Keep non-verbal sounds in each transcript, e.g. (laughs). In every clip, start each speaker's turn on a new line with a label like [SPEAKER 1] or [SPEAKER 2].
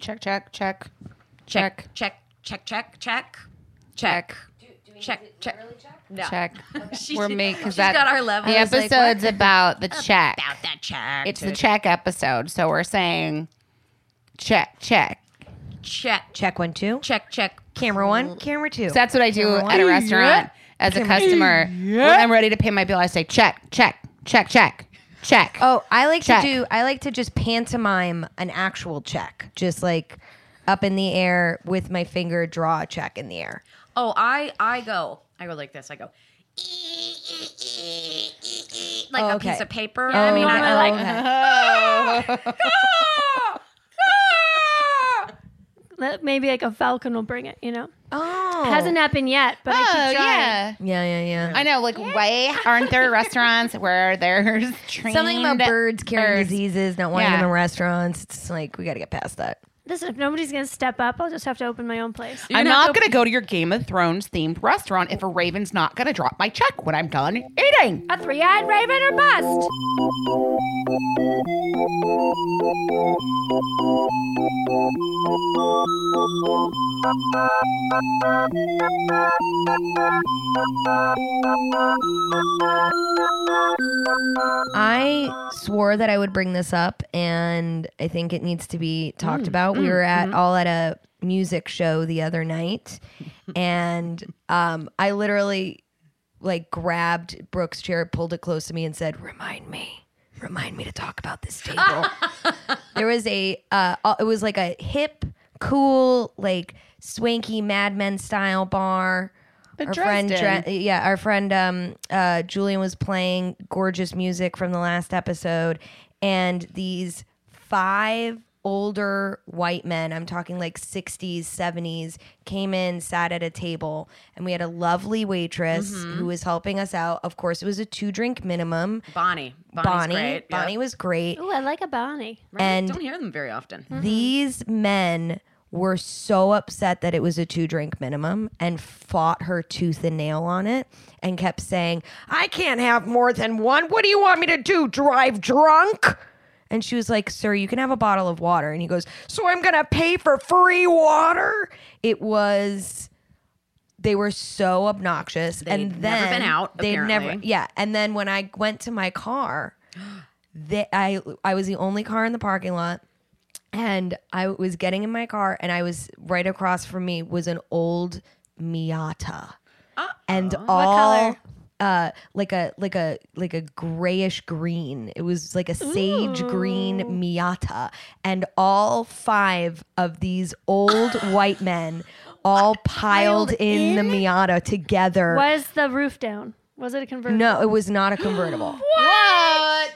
[SPEAKER 1] Check, check, check,
[SPEAKER 2] check, check, check, check, check,
[SPEAKER 1] check.
[SPEAKER 2] check, check. No.
[SPEAKER 1] Check.
[SPEAKER 2] She-
[SPEAKER 1] We're me because
[SPEAKER 2] she's
[SPEAKER 1] that
[SPEAKER 2] got our level.
[SPEAKER 1] The
[SPEAKER 2] I was like,
[SPEAKER 1] episode's about the check.
[SPEAKER 2] About that check.
[SPEAKER 1] it's the check episode, so we're saying check, check.
[SPEAKER 2] check, check,
[SPEAKER 3] Check one, two.
[SPEAKER 2] check, check.
[SPEAKER 3] Camera one, camera two.
[SPEAKER 1] So that's what I do at a restaurant as a customer. When I'm ready to pay my bill, I say check, check, check, check, check. (laughs)
[SPEAKER 3] oh, I like
[SPEAKER 1] Check.
[SPEAKER 3] to do. I like to just pantomime an actual check, just like up in the air with my finger, draw a check in the air.
[SPEAKER 2] Oh, I I go. I go like this. I go. Like
[SPEAKER 3] Oh,
[SPEAKER 2] a
[SPEAKER 3] okay.
[SPEAKER 2] piece of paper. I mean, I'm like,
[SPEAKER 4] Let- Maybe like a falcon will bring it, you know?
[SPEAKER 3] Oh,
[SPEAKER 4] Hasn't happened yet, but I
[SPEAKER 1] oh
[SPEAKER 4] keep trying.
[SPEAKER 1] yeah.
[SPEAKER 3] yeah, yeah, yeah.
[SPEAKER 1] I know, like, why aren't there restaurants where there's trained
[SPEAKER 3] Something about birds carrying
[SPEAKER 1] birds.
[SPEAKER 3] diseases, not wanting
[SPEAKER 1] Yeah.
[SPEAKER 3] them in restaurants. It's like we got to get past that.
[SPEAKER 4] This, if nobody's going to step up, I'll just have to open my own place.
[SPEAKER 1] I'm not going to go to your Game of Thrones themed restaurant if a raven's not going to drop my check when I'm done eating.
[SPEAKER 4] A three eyed raven or bust?
[SPEAKER 3] I swore that I would bring this up, and I think it needs to be talked about. We were at all at a music show the other night, and um, I literally like grabbed Brooke's chair, pulled it close to me, and said, "Remind me, remind me to talk about this table." there was a, uh, uh, it was like a hip, cool, like swanky Mad Men style bar. Our friend,
[SPEAKER 1] Dresden.
[SPEAKER 3] Dre- yeah, our friend um, uh, Julian was playing gorgeous music from the last episode, and these five older white men, I'm talking like 60s, 70s, came in, sat at a table, and we had a lovely waitress
[SPEAKER 2] Mm-hmm.
[SPEAKER 3] who was helping us out. Of course, it was a two drink minimum.
[SPEAKER 2] Bonnie. Bonnie's
[SPEAKER 3] Bonnie,
[SPEAKER 2] great.
[SPEAKER 3] Bonnie was great.
[SPEAKER 4] Ooh, I like a Bonnie.
[SPEAKER 2] Right?
[SPEAKER 3] and-
[SPEAKER 2] don't hear them very often.
[SPEAKER 3] These men were so upset that it was a two drink minimum and fought her tooth and nail on it and kept saying, I can't have more than one. What do you want me to do? Drive drunk? And she was like, Sir, you can have a bottle of water. And he goes, So I'm going to pay for free water? It was. They were so obnoxious, and
[SPEAKER 2] They'd
[SPEAKER 3] then
[SPEAKER 2] never been out,
[SPEAKER 3] They never,
[SPEAKER 2] apparently.
[SPEAKER 3] yeah. And then when I went to my car, (gasps) they, I I was the only car in the parking lot, and I was getting in my car, and I was right across from me was an old Miata, and all uh like a like a like a grayish green. It was like a sage green Miata, and all five of these
[SPEAKER 1] (gasps)
[SPEAKER 3] old white men all piled, in, the Miata together.
[SPEAKER 4] Was the roof down? Was it a conversion?
[SPEAKER 3] No, it was not
[SPEAKER 1] (gasps)
[SPEAKER 3] a convertible.
[SPEAKER 1] What?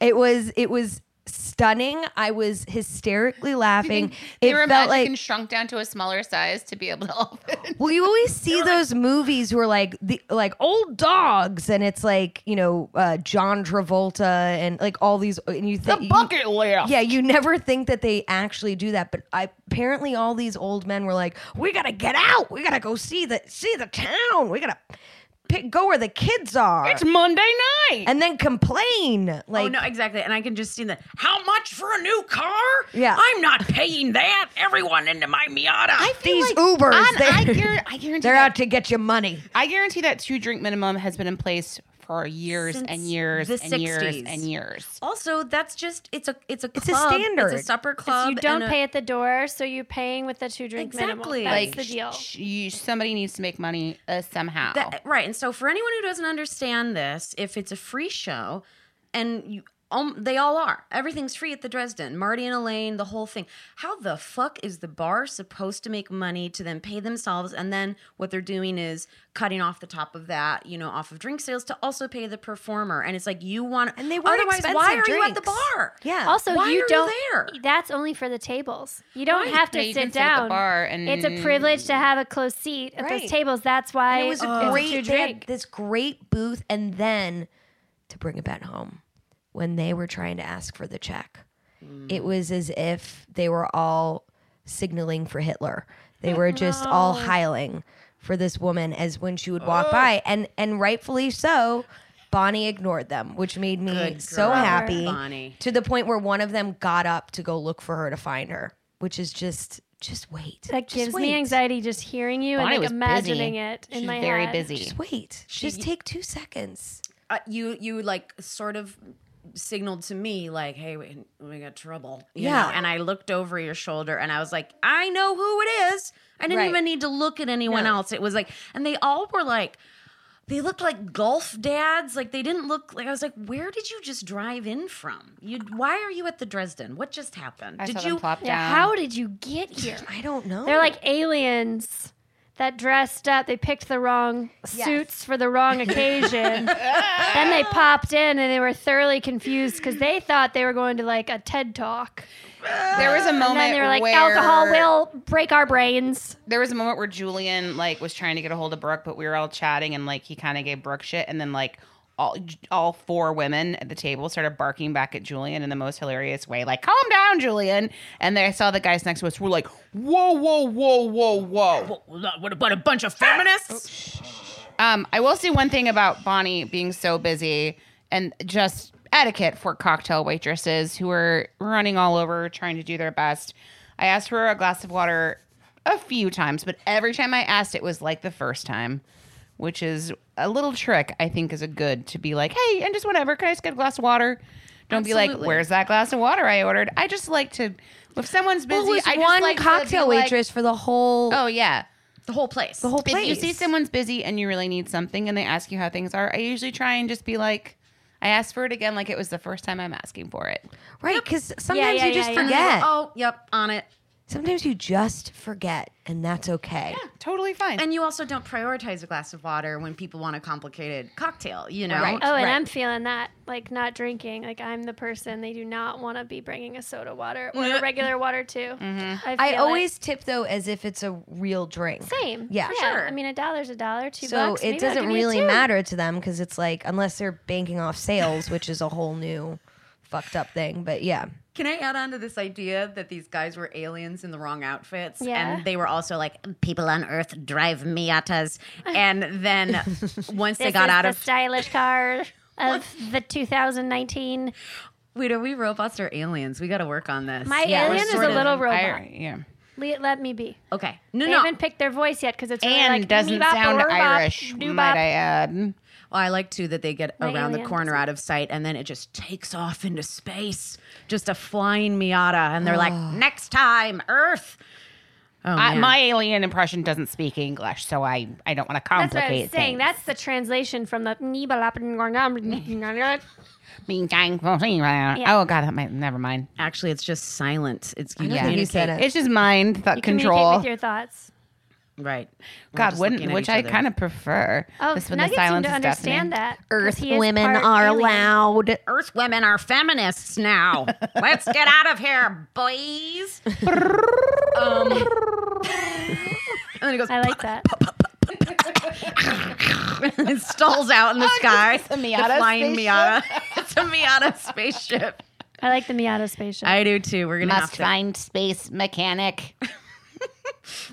[SPEAKER 3] It was it was stunning. I was hysterically laughing.
[SPEAKER 1] They
[SPEAKER 3] It
[SPEAKER 1] were
[SPEAKER 3] felt
[SPEAKER 1] magic
[SPEAKER 3] like
[SPEAKER 1] and shrunk down to a smaller size to be able to open.
[SPEAKER 3] well, you always see those movies where like the like old dogs, and it's like you know uh, John Travolta and like all these, and you think
[SPEAKER 1] lift.
[SPEAKER 3] Yeah, you never think that they actually do that, but I, apparently all these old men were like, "We gotta get out. We gotta go see the see the town. We gotta pick, go where the kids are."
[SPEAKER 1] Monday night.
[SPEAKER 3] and then complain like
[SPEAKER 2] oh no, exactly. And I can just see the how much for a new car?
[SPEAKER 3] Yeah.
[SPEAKER 2] I'm not paying that. Everyone into my Miata.
[SPEAKER 3] these Ubers,
[SPEAKER 1] I,
[SPEAKER 3] they're-
[SPEAKER 1] guar- I guarantee
[SPEAKER 3] they're
[SPEAKER 1] that,
[SPEAKER 3] out to get your money.
[SPEAKER 1] I guarantee that two drink minimum has been in place for years
[SPEAKER 2] Since
[SPEAKER 1] and years
[SPEAKER 2] the
[SPEAKER 1] and years
[SPEAKER 2] 60s.
[SPEAKER 1] and years.
[SPEAKER 2] Also, that's just it's a it's a
[SPEAKER 3] It's a
[SPEAKER 2] club,
[SPEAKER 3] standard.
[SPEAKER 2] It's a supper
[SPEAKER 4] So
[SPEAKER 2] club.
[SPEAKER 4] you don't
[SPEAKER 2] and a-
[SPEAKER 4] pay at the door, so you're paying with the two drink
[SPEAKER 2] Exactly.
[SPEAKER 4] minimum.
[SPEAKER 1] like
[SPEAKER 4] That's the deal.
[SPEAKER 1] sh- you, somebody needs to make money uh, somehow.
[SPEAKER 2] That, right. And so for anyone who doesn't understand this, if it's a free show and you um, they all are. Everything's free at the Dresden. Marty and Elaine, the whole thing. How the fuck is the bar supposed to make money to then pay themselves? And then what they're doing is cutting off the top of that, you know, off of drink sales to also pay the performer. And it's like you want.
[SPEAKER 3] And they weren't
[SPEAKER 2] otherwise.
[SPEAKER 3] expensive
[SPEAKER 2] Why are you at the
[SPEAKER 3] drinks.
[SPEAKER 2] bar?
[SPEAKER 3] Yeah.
[SPEAKER 4] Also,
[SPEAKER 2] Why
[SPEAKER 4] you
[SPEAKER 2] are
[SPEAKER 4] don't.
[SPEAKER 2] you there?
[SPEAKER 4] That's only for the tables. You don't
[SPEAKER 1] Right.
[SPEAKER 4] have to
[SPEAKER 1] Yeah, you can
[SPEAKER 4] sit
[SPEAKER 1] sit at the
[SPEAKER 4] down.
[SPEAKER 1] bar and-
[SPEAKER 4] it's a privilege to have a close seat at
[SPEAKER 3] Right.
[SPEAKER 4] those tables. That's why
[SPEAKER 3] And it was a
[SPEAKER 4] it's
[SPEAKER 3] great
[SPEAKER 4] two
[SPEAKER 3] they had
[SPEAKER 4] drink.
[SPEAKER 3] this great booth and then to bring it back home when they were trying to ask for the check it was as if they were all signaling for hitler they
[SPEAKER 2] (laughs)
[SPEAKER 3] were just all hiling for this woman as when she would walk by and and rightfully so bonnie ignored them which made me
[SPEAKER 2] Good
[SPEAKER 3] so
[SPEAKER 2] girl,
[SPEAKER 3] happy
[SPEAKER 2] Bonnie.
[SPEAKER 3] to the point where one of them got up to go look for her to find her which is just just wait
[SPEAKER 4] That
[SPEAKER 3] Just
[SPEAKER 4] gives me
[SPEAKER 3] wait.
[SPEAKER 4] anxiety just hearing you
[SPEAKER 1] Bonnie
[SPEAKER 4] and like
[SPEAKER 1] was busy.
[SPEAKER 4] imagining it in
[SPEAKER 1] She's
[SPEAKER 4] my
[SPEAKER 1] very
[SPEAKER 4] head.
[SPEAKER 1] busy.
[SPEAKER 3] just wait just take two seconds
[SPEAKER 2] uh, you you like sort of signaled to me like hey we, we got trouble you
[SPEAKER 3] Yeah.
[SPEAKER 2] know? and i looked over your shoulder and i was like i know who it is i didn't
[SPEAKER 3] Right.
[SPEAKER 2] even need to look at anyone else it was like and they all were like they looked like golf dads like they didn't look like i was like where did you just drive in from you why are you at the dresden what just happened
[SPEAKER 1] I
[SPEAKER 2] did
[SPEAKER 1] saw
[SPEAKER 2] you
[SPEAKER 1] them plop
[SPEAKER 4] Yeah,
[SPEAKER 1] down.
[SPEAKER 4] how did you get here?
[SPEAKER 3] I don't know.
[SPEAKER 4] They're like aliens that dressed up. They picked the wrong suits for the (laughs) wrong occasion. then they popped in and they were thoroughly confused because they thought they were going to like a TED talk.
[SPEAKER 1] there was a moment
[SPEAKER 4] And then they were like,
[SPEAKER 1] where
[SPEAKER 4] alcohol will break our brains.
[SPEAKER 1] there was a moment where Julian like was trying to get a hold of Brooke, but we were all chatting and like he kind of gave Brooke shit, and then like all all four women at the table started barking back at Julian in the most hilarious way, like "Calm down, Julian!" And then I saw the guys next to us were like, "Whoa, whoa, whoa, whoa, whoa!"
[SPEAKER 2] what about a bunch of feminists
[SPEAKER 1] Um, I will say one thing about Bonnie being so busy and just etiquette for cocktail waitresses who are running all over trying to do their best. I asked for a glass of water a few times, but every time I asked, it was like the first time, which is a little trick I think is a good to be like, hey, and just whatever, can I just get a glass of water? Don't be like,
[SPEAKER 2] Absolutely.
[SPEAKER 1] where's that glass of water I ordered? I just like to, if someone's busy,
[SPEAKER 3] Well, it was
[SPEAKER 1] I just
[SPEAKER 3] one
[SPEAKER 1] like to be
[SPEAKER 3] cocktail
[SPEAKER 1] like,
[SPEAKER 3] waitress for the whole
[SPEAKER 1] oh, yeah.
[SPEAKER 2] the whole place
[SPEAKER 3] the whole place.
[SPEAKER 1] If you see someone's busy and you really need something and they ask you how things are, I usually try and just be like, I asked for it again like it was the first time I'm asking for it.
[SPEAKER 3] right? Because sometimes
[SPEAKER 4] yeah,
[SPEAKER 3] you just
[SPEAKER 4] yeah, yeah.
[SPEAKER 3] forget.
[SPEAKER 2] oh yep on it
[SPEAKER 3] Sometimes you just forget, and that's okay.
[SPEAKER 1] Totally fine.
[SPEAKER 2] and you also don't prioritize a glass of water when people want a complicated cocktail you know
[SPEAKER 4] Oh, and I'm feeling that like not drinking. Like I'm the person they do not want to be bringing a soda water or
[SPEAKER 3] Mm-hmm.
[SPEAKER 4] a regular water too.
[SPEAKER 3] I
[SPEAKER 4] feel it.
[SPEAKER 3] always tip though as if it's a real drink.
[SPEAKER 4] same.
[SPEAKER 3] Yeah.
[SPEAKER 4] I mean, a dollar's a dollar, two
[SPEAKER 3] So
[SPEAKER 4] bucks.
[SPEAKER 3] it
[SPEAKER 4] maybe I'll
[SPEAKER 3] doesn't
[SPEAKER 4] give you
[SPEAKER 3] really
[SPEAKER 4] two.
[SPEAKER 3] matter to them because it's like unless they're banking off sales, which is a whole new fucked up thing. But yeah,
[SPEAKER 2] Can I add on to this idea that these guys were aliens in the wrong outfits?
[SPEAKER 4] Yeah.
[SPEAKER 2] And they were also like, people on Earth drive Miatas. And
[SPEAKER 4] (laughs)
[SPEAKER 2] then once they
[SPEAKER 4] This
[SPEAKER 2] got
[SPEAKER 4] is
[SPEAKER 2] out
[SPEAKER 4] the
[SPEAKER 2] of.
[SPEAKER 4] stylish car of the 2019.
[SPEAKER 2] Wait, are we robots or aliens? We got to work on this.
[SPEAKER 4] My
[SPEAKER 2] We're
[SPEAKER 4] alien is
[SPEAKER 2] sort
[SPEAKER 4] a
[SPEAKER 2] of-
[SPEAKER 4] little robot.
[SPEAKER 1] I, yeah.
[SPEAKER 4] Le- let me be.
[SPEAKER 2] Okay. No,
[SPEAKER 4] They
[SPEAKER 2] no.
[SPEAKER 4] haven't picked their voice yet because it's really
[SPEAKER 1] And
[SPEAKER 4] like,
[SPEAKER 1] doesn't
[SPEAKER 4] "Meebop,
[SPEAKER 1] sound
[SPEAKER 4] boobop,
[SPEAKER 1] Irish,
[SPEAKER 4] doobop."
[SPEAKER 1] might I add.
[SPEAKER 2] Well, I like too that they get
[SPEAKER 4] My
[SPEAKER 2] around the
[SPEAKER 4] alien
[SPEAKER 2] corner out of sight and then it just takes off into space. Just a flying Miata. And they're like,
[SPEAKER 4] Oh.
[SPEAKER 2] next time, Earth. Oh,
[SPEAKER 1] I,
[SPEAKER 2] man.
[SPEAKER 1] my alien impression doesn't speak English, so I, I don't want to
[SPEAKER 4] That's what I
[SPEAKER 1] complicate
[SPEAKER 4] was
[SPEAKER 1] things.
[SPEAKER 4] saying. That's the translation from the
[SPEAKER 1] Mean gang- (laughs) Oh, God, that might, never mind.
[SPEAKER 2] Actually, it's just silent. It's you
[SPEAKER 3] I
[SPEAKER 2] yeah.
[SPEAKER 3] think you said it.
[SPEAKER 1] It's just mind, thought
[SPEAKER 4] Uh, Communicate
[SPEAKER 1] control.
[SPEAKER 4] with your thoughts.
[SPEAKER 2] Right. We're
[SPEAKER 1] God,
[SPEAKER 2] just
[SPEAKER 1] wouldn't,
[SPEAKER 2] looking at
[SPEAKER 1] which
[SPEAKER 2] each
[SPEAKER 1] I
[SPEAKER 2] other.
[SPEAKER 1] kind of prefer.
[SPEAKER 4] Oh,
[SPEAKER 1] This when the
[SPEAKER 4] Nuggets seem
[SPEAKER 1] silence
[SPEAKER 4] to
[SPEAKER 1] is
[SPEAKER 4] understand
[SPEAKER 1] deafening.
[SPEAKER 4] that. 'cause
[SPEAKER 3] Earth
[SPEAKER 4] he is
[SPEAKER 3] women
[SPEAKER 4] part
[SPEAKER 3] are
[SPEAKER 4] alien.
[SPEAKER 3] allowed.
[SPEAKER 2] Earth women are feminists now. Let's get out of here, boys. um, and then he goes,
[SPEAKER 4] I like that.
[SPEAKER 2] and (laughs) it stalls out in the sky.
[SPEAKER 1] it's a
[SPEAKER 2] The
[SPEAKER 1] Miata
[SPEAKER 2] flying
[SPEAKER 1] spaceship.
[SPEAKER 2] Miata. (laughs) it's a Miata spaceship.
[SPEAKER 4] I like the Miata spaceship.
[SPEAKER 2] I do too. We're gonna have
[SPEAKER 1] Must
[SPEAKER 2] to.
[SPEAKER 1] find space mechanic.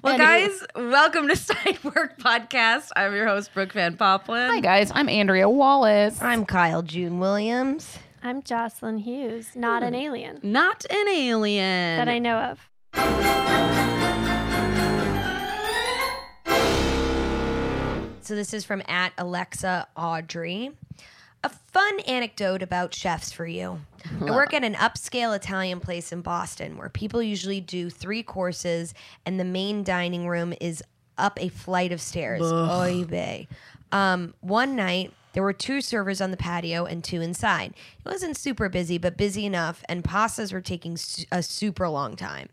[SPEAKER 2] Well, guys, welcome to (laughs) Side Work Podcast. I'm your host, Brooke Van Poplin.
[SPEAKER 1] Hi guys, I'm Andrea Wallace.
[SPEAKER 3] I'm Kyle June Williams.
[SPEAKER 4] I'm Jocelyn Hughes, not an alien
[SPEAKER 2] Not an alien.
[SPEAKER 4] that I know of.
[SPEAKER 3] So so this is from at Alexa Audrey. A fun anecdote about chefs for you. I work at an upscale Italian place in Boston where people usually do three courses and the main dining room is up a flight of stairs. Oy vey. Um, one night, there were two servers on the patio and two inside. It wasn't super busy, but busy enough, and pastas were taking su- a super long time.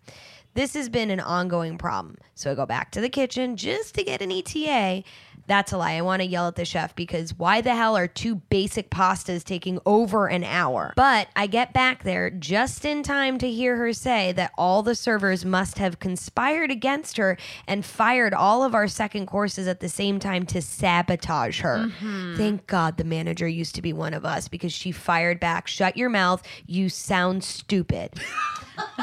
[SPEAKER 3] This has been an ongoing problem. So I go back to the kitchen just to get an ETA. That's a lie. I want to yell at the chef because why the hell are two basic pastas taking over an hour? But I get back there just in time to hear her say that all the servers must have conspired against her and fired all of our second courses at the same time to sabotage her. Thank God the manager used to be one of us because she fired back, shut your mouth, you sound stupid.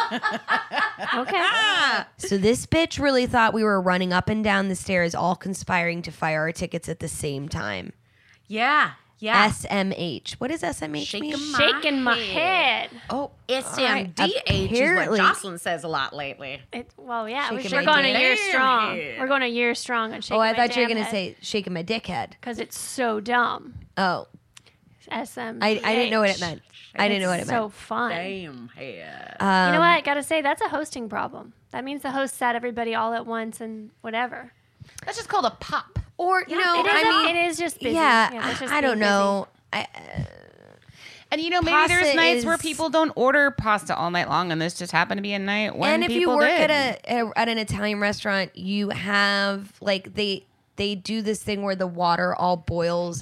[SPEAKER 4] Okay.
[SPEAKER 1] Ah,
[SPEAKER 3] So this bitch really thought we were running up and down the stairs, all conspiring to fire our tickets at the same time.
[SPEAKER 2] Yeah. Yeah.
[SPEAKER 3] SMH. What does SMH mean?
[SPEAKER 4] Shaking my head.
[SPEAKER 3] Oh,
[SPEAKER 2] SMDH is what
[SPEAKER 3] Apparently-
[SPEAKER 2] Jocelyn says a lot lately.
[SPEAKER 4] It, well, yeah, we-
[SPEAKER 3] Shaking
[SPEAKER 4] we're
[SPEAKER 3] my
[SPEAKER 4] going a
[SPEAKER 2] damn
[SPEAKER 4] year strong.
[SPEAKER 2] head.
[SPEAKER 4] We're going a year strong on shaking
[SPEAKER 3] oh, I thought you were gonna say shaking my dickhead.
[SPEAKER 4] because it's so dumb.
[SPEAKER 3] Oh,
[SPEAKER 4] SM.
[SPEAKER 3] I, I didn't know what it meant. I didn't know what it
[SPEAKER 4] So
[SPEAKER 3] meant. Um,
[SPEAKER 4] fun.
[SPEAKER 2] Damn head.
[SPEAKER 4] you know what? I gotta say that's a hosting problem. That means the host sat everybody all at once and whatever.
[SPEAKER 1] That's just called a pop.
[SPEAKER 3] Or you know,
[SPEAKER 4] it is.
[SPEAKER 3] I
[SPEAKER 4] a-
[SPEAKER 3] mean,
[SPEAKER 4] it is just busy.
[SPEAKER 3] yeah,
[SPEAKER 4] that's just
[SPEAKER 3] I don't
[SPEAKER 4] being
[SPEAKER 3] know. I,
[SPEAKER 1] And you know, maybe
[SPEAKER 3] Pasta
[SPEAKER 1] there's nights where
[SPEAKER 3] is-
[SPEAKER 1] people don't order pasta all night long, and this just happened to be a night when
[SPEAKER 3] and if you
[SPEAKER 1] people
[SPEAKER 3] work
[SPEAKER 1] did.
[SPEAKER 3] at a, a at an Italian restaurant, you have like they they do this thing where the water all boils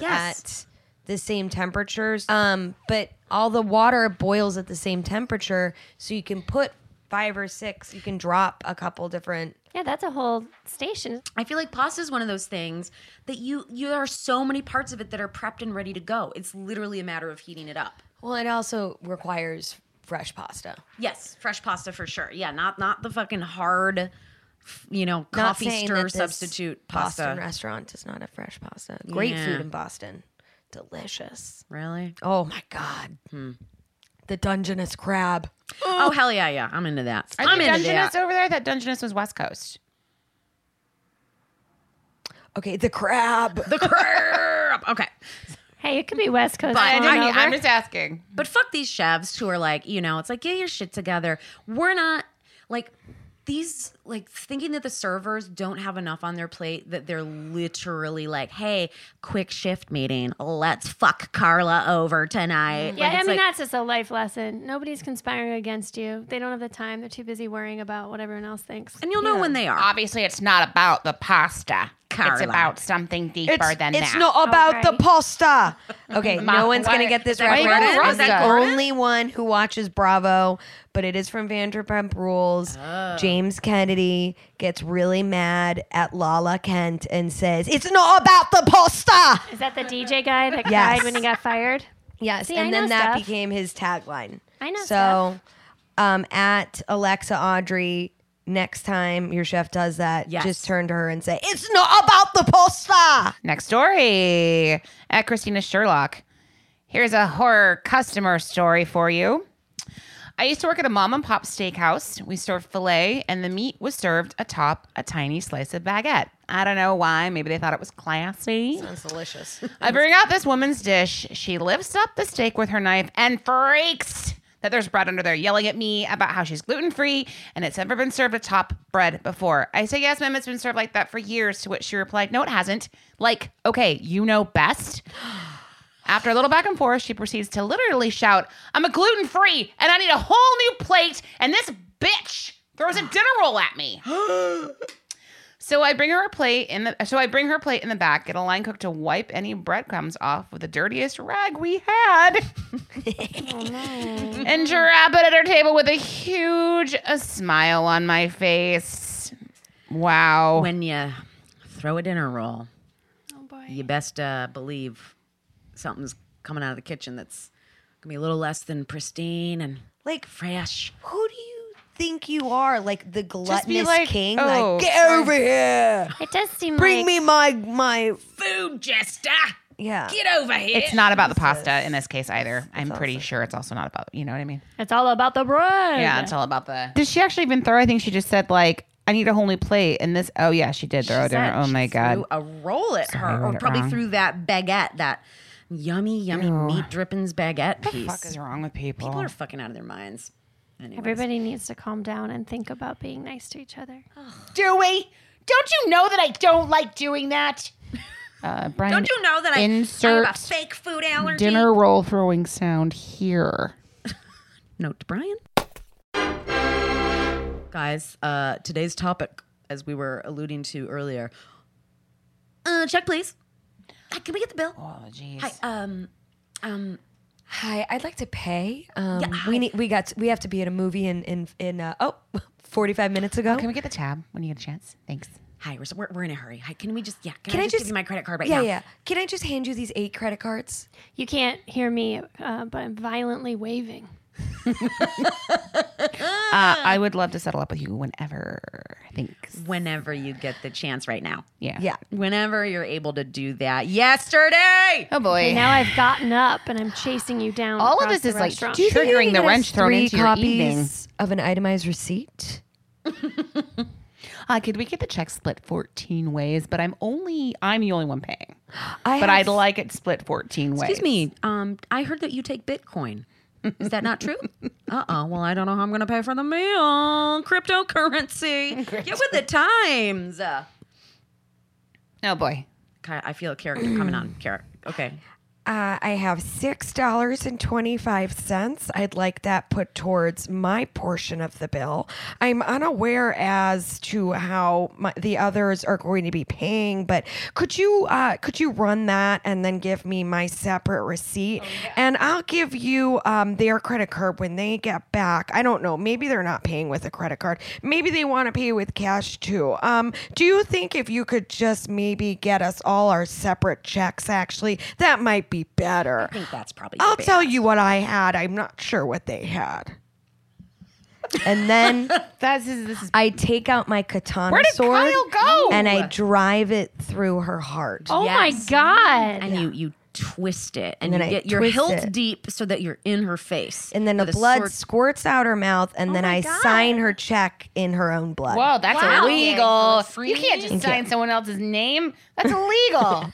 [SPEAKER 3] at
[SPEAKER 2] Yes.
[SPEAKER 3] the same temperatures. Um, but all the water boils at the same temperature, so you can put five or six. You can drop a couple different.
[SPEAKER 4] busy. Yeah, that's a whole station.
[SPEAKER 2] I feel like pasta is one of those things that you you there are so many parts of it that are prepped and ready to go. It's literally a matter of heating it up.
[SPEAKER 3] Well, it also requires fresh pasta.
[SPEAKER 2] Yes, fresh pasta for sure. Yeah, not not the fucking hard, f- you know, coffee
[SPEAKER 3] saying
[SPEAKER 2] stir
[SPEAKER 3] that this
[SPEAKER 2] substitute
[SPEAKER 3] Boston
[SPEAKER 2] pasta.
[SPEAKER 3] restaurant does not have fresh pasta. Great
[SPEAKER 2] Yeah.
[SPEAKER 3] food in Boston. Delicious.
[SPEAKER 2] Really?
[SPEAKER 3] Oh my god. The Dungeness crab.
[SPEAKER 2] Oh hell yeah, yeah. I'm into that.
[SPEAKER 1] Are
[SPEAKER 2] I'm
[SPEAKER 1] there
[SPEAKER 2] into
[SPEAKER 1] Dungeness
[SPEAKER 2] that.
[SPEAKER 1] over there? That Dungeness was West Coast.
[SPEAKER 3] Okay, the crab.
[SPEAKER 2] The (laughs) crab. Okay,
[SPEAKER 4] Hey, it could be West Coast.
[SPEAKER 2] But
[SPEAKER 1] I
[SPEAKER 4] going
[SPEAKER 2] didn't-
[SPEAKER 1] mean,
[SPEAKER 4] over.
[SPEAKER 1] I'm just asking.
[SPEAKER 2] but fuck these chefs who are like, you know, it's like get your shit together. We're not like these like thinking that the servers don't have enough on their plate that they're literally like, hey, quick shift meeting. Let's fuck Carla over tonight.
[SPEAKER 4] Mm. yeah,
[SPEAKER 2] Like,
[SPEAKER 4] I
[SPEAKER 2] it's
[SPEAKER 4] mean
[SPEAKER 2] like-
[SPEAKER 4] that's just a life lesson. Nobody's conspiring against you. They don't have the time. They're too busy worrying about what everyone else thinks.
[SPEAKER 2] and you'll know when they are.
[SPEAKER 1] Obviously, it's not about the pasta. It's
[SPEAKER 2] Carla.
[SPEAKER 1] about something deeper than that.
[SPEAKER 3] not
[SPEAKER 4] about the
[SPEAKER 3] (laughs)
[SPEAKER 4] right.
[SPEAKER 3] pasta. Okay, no one's going
[SPEAKER 1] why-
[SPEAKER 3] to get this
[SPEAKER 1] why
[SPEAKER 3] reference.
[SPEAKER 1] you got it
[SPEAKER 3] I'm
[SPEAKER 1] wrong,
[SPEAKER 3] the
[SPEAKER 1] Gordon?
[SPEAKER 3] only one who watches Bravo, but it is from Vanderpump Rules. James Kennedy gets really mad at Lala Kent and says, It's not about the pasta.
[SPEAKER 4] Is that the DJ guy that
[SPEAKER 3] Yes.
[SPEAKER 4] cried when he got fired?
[SPEAKER 3] Yes,
[SPEAKER 4] See, I
[SPEAKER 3] and
[SPEAKER 4] know
[SPEAKER 3] then that
[SPEAKER 4] stuff.
[SPEAKER 3] became his tagline.
[SPEAKER 4] I know
[SPEAKER 3] So, um, at Alexa Audrey, next time your chef does that,
[SPEAKER 2] Yes.
[SPEAKER 3] just turn to her and say, "It's not about the pasta."
[SPEAKER 1] Next story at Christina Sherlock. Here's a horror customer story for you. I used to work at a mom and pop steakhouse. We served filet, and the meat was served atop a tiny slice of baguette. I don't know why. Maybe they thought it was classy.
[SPEAKER 3] That's delicious.
[SPEAKER 1] I bring out this woman's dish. She lifts up the steak with her knife and freaks that there's bread under there, yelling at me about how she's gluten free and it's never been served atop bread before. I say, Yes, ma'am, it's been served like that for years. To which she replied, No, it hasn't. Like, okay, you know best. After a little back and forth, she proceeds to literally shout, I'm a gluten free and I need a whole new plate. And this bitch throws a dinner roll at me. So I bring her a plate in the so I bring her plate in the back, get a line cook to wipe any breadcrumbs off with the dirtiest rag we had. (laughs) and drop it at her table with a huge a smile on my face. Wow.
[SPEAKER 2] when you throw a dinner roll,
[SPEAKER 4] Oh boy.
[SPEAKER 2] you best uh, believe something's coming out of the kitchen that's gonna be a little less than pristine and
[SPEAKER 3] like,
[SPEAKER 2] fresh.
[SPEAKER 3] who do you think you are? Like the
[SPEAKER 1] be
[SPEAKER 3] gluttonous
[SPEAKER 1] like,
[SPEAKER 3] king?
[SPEAKER 1] "Oh,
[SPEAKER 3] like, get over here!
[SPEAKER 4] It does seem
[SPEAKER 3] Bring
[SPEAKER 4] like
[SPEAKER 3] me my my
[SPEAKER 2] Food jester,
[SPEAKER 3] yeah."
[SPEAKER 2] get over here.
[SPEAKER 1] It's not about the pasta in this case either. I'm pretty sure it's also not about you know what I mean?
[SPEAKER 4] it's all about the bread.
[SPEAKER 1] Yeah, it's all about the Did she actually even throw? I think she just said like I need a whole new plate. And this, oh yeah, she did throw it in her.
[SPEAKER 2] said
[SPEAKER 1] Oh
[SPEAKER 2] she
[SPEAKER 1] my god.
[SPEAKER 2] threw a roll at
[SPEAKER 1] I
[SPEAKER 2] her,
[SPEAKER 1] wrote
[SPEAKER 2] or
[SPEAKER 1] it
[SPEAKER 2] probably
[SPEAKER 1] wrong.
[SPEAKER 2] through that baguette, that yummy, yummy meat drippings baguette piece.
[SPEAKER 1] What the fuck is wrong with people?
[SPEAKER 2] People are fucking out of their minds. Anyways.
[SPEAKER 4] Everybody needs to calm down and think about being nice to each other.
[SPEAKER 1] Do we? Don't you know that I don't like doing that? Uh, Brian,
[SPEAKER 2] Don't you know that I, I have a
[SPEAKER 1] insert
[SPEAKER 2] fake food allergy?
[SPEAKER 1] dinner roll throwing sound here.
[SPEAKER 2] Note to Brian. Guys, uh, today's topic, as we were alluding to earlier, uh, check please. Uh, can we get the bill?
[SPEAKER 1] Oh jeez.
[SPEAKER 2] Hi, um, um,
[SPEAKER 3] Hi, I'd like to pay. Um, we need, we got we have to be at a movie in in in uh, oh, (laughs) 45 minutes ago.
[SPEAKER 1] Can we get the tab when you get a chance? Thanks.
[SPEAKER 2] hi, we're, so- we're, we're in a hurry. Hi, can we just, yeah, can,
[SPEAKER 3] Can
[SPEAKER 2] I,
[SPEAKER 3] I
[SPEAKER 2] just, give
[SPEAKER 3] just-
[SPEAKER 2] you my credit card right
[SPEAKER 3] yeah,
[SPEAKER 2] now?
[SPEAKER 3] yeah. Can I just hand you these eight credit cards?
[SPEAKER 4] You can't hear me, uh, but I'm violently waving.
[SPEAKER 1] Uh, I would love to settle up with you whenever. Thanks.
[SPEAKER 2] Whenever you get the chance right now.
[SPEAKER 1] Yeah.
[SPEAKER 3] Yeah.
[SPEAKER 2] Whenever you're able to do that. Yesterday!
[SPEAKER 1] Oh boy.
[SPEAKER 4] And now I've gotten up and I'm chasing you down.
[SPEAKER 1] All of
[SPEAKER 4] across
[SPEAKER 1] this
[SPEAKER 4] the
[SPEAKER 1] is like
[SPEAKER 4] restaurant.
[SPEAKER 1] ju- Triggering the wrench thrown
[SPEAKER 3] three
[SPEAKER 1] into your
[SPEAKER 3] copies
[SPEAKER 1] evening.
[SPEAKER 3] of an itemized receipt.
[SPEAKER 1] Uh, could we get the check split 14 ways? But I'm only, I'm the only one paying.
[SPEAKER 3] I
[SPEAKER 1] But
[SPEAKER 3] have-
[SPEAKER 1] I'd like it split 14 ways.
[SPEAKER 2] Excuse me, um, I heard that you take Bitcoin. Is that
[SPEAKER 1] (laughs)
[SPEAKER 2] not true? uh oh. Well, I don't know how I'm going to pay for the
[SPEAKER 1] (laughs)
[SPEAKER 2] meal. Cryptocurrency. Get with the times. Uh,
[SPEAKER 1] Oh boy.
[SPEAKER 2] Okay, I feel a character coming on. Char- okay.
[SPEAKER 3] Uh, I have six dollars and twenty-five cents. I'd like that put towards my portion of the bill. I'm unaware as to how my, the others are going to be paying, but could you uh, could you run that and then give me my separate receipt,
[SPEAKER 1] Oh,
[SPEAKER 3] and I'll give you um, their credit card when they get back. I don't know. Maybe they're not paying with a credit card. Maybe they want to pay with cash too. Um, do you think if you could just maybe get us all our separate checks, actually, that might be better.
[SPEAKER 2] I think that's probably.
[SPEAKER 3] I'll
[SPEAKER 2] your
[SPEAKER 3] tell you what I had. I'm not sure what they had. And then
[SPEAKER 1] That's, (laughs) this is, this is
[SPEAKER 3] I take out my katana
[SPEAKER 1] Where did
[SPEAKER 3] sword
[SPEAKER 1] Kyle go?
[SPEAKER 3] and I drive it through her heart.
[SPEAKER 4] Oh my
[SPEAKER 2] Yes.
[SPEAKER 4] god!
[SPEAKER 2] And you you twist it, and,
[SPEAKER 3] And
[SPEAKER 2] you
[SPEAKER 3] then I
[SPEAKER 2] get your
[SPEAKER 3] twist
[SPEAKER 2] hilt
[SPEAKER 3] it.
[SPEAKER 2] deep so that you're in her face.
[SPEAKER 3] And then the
[SPEAKER 2] with a
[SPEAKER 3] blood
[SPEAKER 2] sword. Oh
[SPEAKER 3] squirts out her mouth, and then
[SPEAKER 4] my
[SPEAKER 3] I
[SPEAKER 4] God.
[SPEAKER 3] sign her check in her own blood.
[SPEAKER 1] Whoa, that's
[SPEAKER 2] Wow.
[SPEAKER 1] illegal.
[SPEAKER 2] Yeah, for
[SPEAKER 1] You can't
[SPEAKER 2] free.
[SPEAKER 1] just sign someone else's name. That's illegal.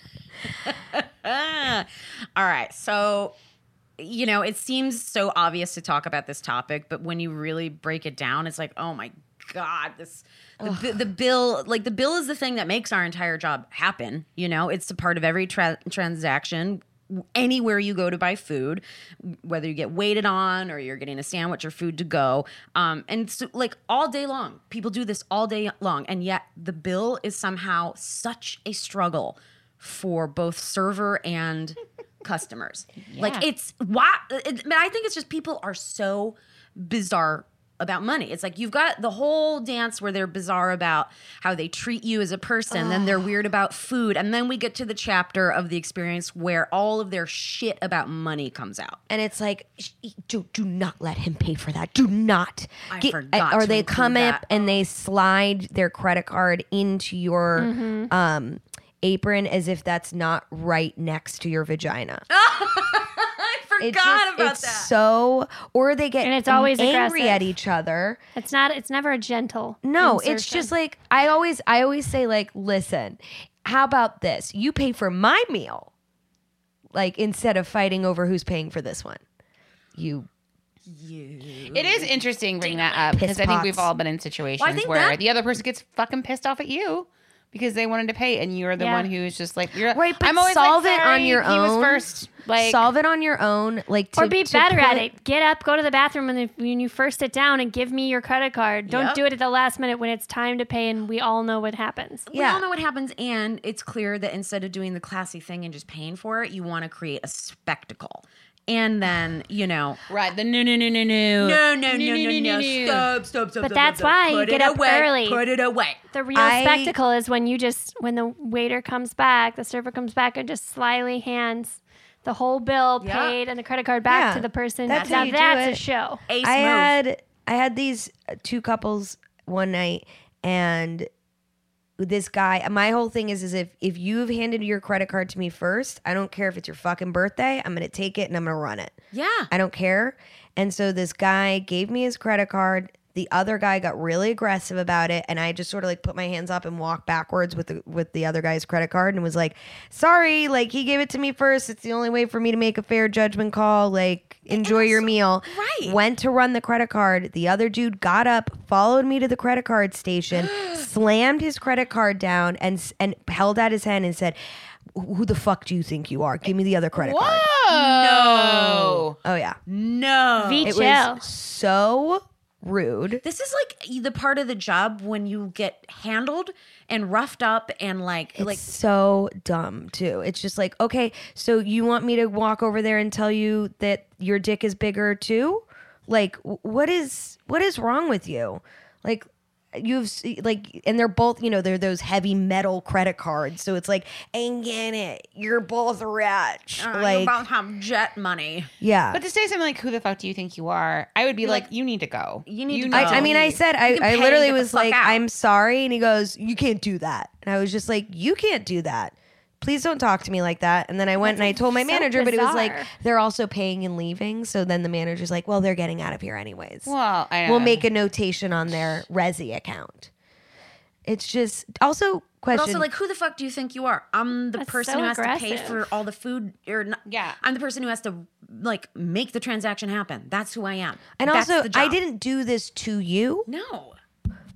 [SPEAKER 2] Ah. (laughs) All right, so you know it seems so obvious to talk about this topic, but when you really break it down, it's like, oh my god, this the, bi- the bill. Like the bill is the thing that makes our entire job happen. You know, it's a part of every tra- transaction. Anywhere you go to buy food, whether you get waited on or you're getting a sandwich or food to go, um, and so, like all day long, people do this all day long, and yet the bill is somehow such a struggle for both server and customers. Like it's why it, but I think it's just people are so bizarre about money. It's like you've got the whole dance where they're bizarre about how they treat you as a person, then
[SPEAKER 3] Ah.
[SPEAKER 2] they're weird about food, and then we get to the chapter of the experience where all of their shit about money comes out.
[SPEAKER 3] and it's like sh- e, do, do not let him pay for that do not
[SPEAKER 2] I forgot to
[SPEAKER 3] or they
[SPEAKER 2] include
[SPEAKER 3] come
[SPEAKER 2] that.
[SPEAKER 3] up and they slide their credit card into your
[SPEAKER 2] Mm-hmm.
[SPEAKER 3] um apron as if that's not right next to your vagina
[SPEAKER 2] I
[SPEAKER 3] It
[SPEAKER 2] forgot
[SPEAKER 3] just-
[SPEAKER 2] Oh, about
[SPEAKER 3] it's
[SPEAKER 2] that.
[SPEAKER 3] so or they get
[SPEAKER 4] And it's always
[SPEAKER 3] angry
[SPEAKER 4] aggressive.
[SPEAKER 3] at each other
[SPEAKER 4] it's not. It's never a gentle.
[SPEAKER 3] no, it's
[SPEAKER 4] insertion.
[SPEAKER 3] just like I always I always say like, listen, how about this? You pay for my meal. Like instead of fighting over who's paying for this one. You
[SPEAKER 1] it is interesting bringing that up because
[SPEAKER 3] piss
[SPEAKER 1] I think we've
[SPEAKER 3] pots.
[SPEAKER 1] all been in situations
[SPEAKER 2] think
[SPEAKER 1] where
[SPEAKER 2] that-
[SPEAKER 1] the other person gets fucking pissed off at you because they wanted to pay and you're the
[SPEAKER 4] Yeah.
[SPEAKER 1] one who's just like you're
[SPEAKER 3] Right, but
[SPEAKER 1] I'm always like,
[SPEAKER 3] solve it on
[SPEAKER 1] "Sorry,
[SPEAKER 3] your
[SPEAKER 1] he was
[SPEAKER 3] own.
[SPEAKER 1] first. Like
[SPEAKER 3] solve it on your own, like to,
[SPEAKER 4] or be
[SPEAKER 3] to
[SPEAKER 4] better at
[SPEAKER 3] put-
[SPEAKER 4] it. Get up, go to the bathroom, and then when you first sit down, and give me your credit card. Don't
[SPEAKER 2] Yep.
[SPEAKER 4] do it at the last minute when it's time to pay, and we all know what happens.
[SPEAKER 2] we all
[SPEAKER 3] Yeah.
[SPEAKER 2] know what happens and it's clear that instead of doing the classy thing and just paying for it you want to create a spectacle and then you know
[SPEAKER 1] right the no no no no no
[SPEAKER 2] no no no no no stop stop stop
[SPEAKER 4] But
[SPEAKER 2] stop,
[SPEAKER 4] that's
[SPEAKER 2] stop, stop.
[SPEAKER 4] why you
[SPEAKER 2] Put
[SPEAKER 4] get
[SPEAKER 2] it
[SPEAKER 4] up
[SPEAKER 2] away.
[SPEAKER 4] early.
[SPEAKER 2] put it away
[SPEAKER 4] The real
[SPEAKER 3] I-
[SPEAKER 4] spectacle is when you just when the waiter comes back, the server comes back, and just slyly hands the whole bill
[SPEAKER 2] Yeah.
[SPEAKER 4] paid and the credit card back
[SPEAKER 3] Yeah.
[SPEAKER 4] to the person.
[SPEAKER 3] That's
[SPEAKER 4] now
[SPEAKER 3] how you do
[SPEAKER 4] that's a
[SPEAKER 3] it.
[SPEAKER 4] show.
[SPEAKER 2] ace
[SPEAKER 3] I
[SPEAKER 2] move
[SPEAKER 3] had I had these uh, two couples one night, and this guy. My whole thing is is if if you've handed your credit card to me first, I don't care if it's your fucking birthday. I'm gonna take it and I'm gonna run it.
[SPEAKER 2] yeah
[SPEAKER 3] I don't care. And so this guy gave me his credit card, The other guy got really aggressive about it, and I just sort of like put my hands up and walked backwards with the with the other guy's credit card and was like, "Sorry, like he gave it to me first. It's the only way for me to make a fair judgment call. Like enjoy your meal."
[SPEAKER 2] right.
[SPEAKER 3] Went to run the credit card. The other dude got up, followed me to the credit card station, slammed his credit card down, and s- and held out his hand and said. Who the fuck do you think you are? Give me the other credit card.
[SPEAKER 1] No.
[SPEAKER 3] Oh yeah.
[SPEAKER 2] No.
[SPEAKER 3] It
[SPEAKER 4] VHL.
[SPEAKER 3] was so rude.
[SPEAKER 2] This is like e, the part of the job when you get handled and roughed up and like
[SPEAKER 3] It's
[SPEAKER 2] like
[SPEAKER 3] so dumb too. It's just like, okay, so you want me to walk over there and tell you that your dick is bigger too? Like, w- what is what is wrong with you? Like, you've s- like, and they're both, you know, they're those heavy metal credit cards. So it's like, ain't get it. You're both rich.
[SPEAKER 2] uh, you
[SPEAKER 3] like,
[SPEAKER 2] both have jet money.
[SPEAKER 3] yeah.
[SPEAKER 1] But to say something like, "Who the fuck do you think you are?" I would be like, "You need to go.
[SPEAKER 2] You need to go.
[SPEAKER 3] I, I mean, I said I,
[SPEAKER 2] You can
[SPEAKER 3] I
[SPEAKER 2] pay and
[SPEAKER 3] literally
[SPEAKER 2] get the
[SPEAKER 3] was
[SPEAKER 2] fuck
[SPEAKER 3] like,
[SPEAKER 2] out.
[SPEAKER 3] I'm sorry, and he goes, you can't do that, and I was just like, you can't do that. Please don't talk to me like that. And then I went and I told my manager, but it was like
[SPEAKER 4] bizarre.
[SPEAKER 3] they're also paying and leaving. So then the manager's like, well, they're getting out of here anyways.
[SPEAKER 1] Well, I
[SPEAKER 3] we'll make a notation on their Resi account. It's just also
[SPEAKER 2] But
[SPEAKER 3] question.
[SPEAKER 2] also, like, who the fuck do you think you are? I'm the
[SPEAKER 4] That's
[SPEAKER 2] person
[SPEAKER 4] so
[SPEAKER 2] who has to pay
[SPEAKER 4] aggressive.
[SPEAKER 2] for all the food, or not,
[SPEAKER 1] Yeah.
[SPEAKER 2] I'm the person who has to like make the transaction happen. That's who I am.
[SPEAKER 3] and
[SPEAKER 2] That's
[SPEAKER 3] also,
[SPEAKER 2] the
[SPEAKER 3] I
[SPEAKER 2] job.
[SPEAKER 3] didn't do this to you.
[SPEAKER 2] No,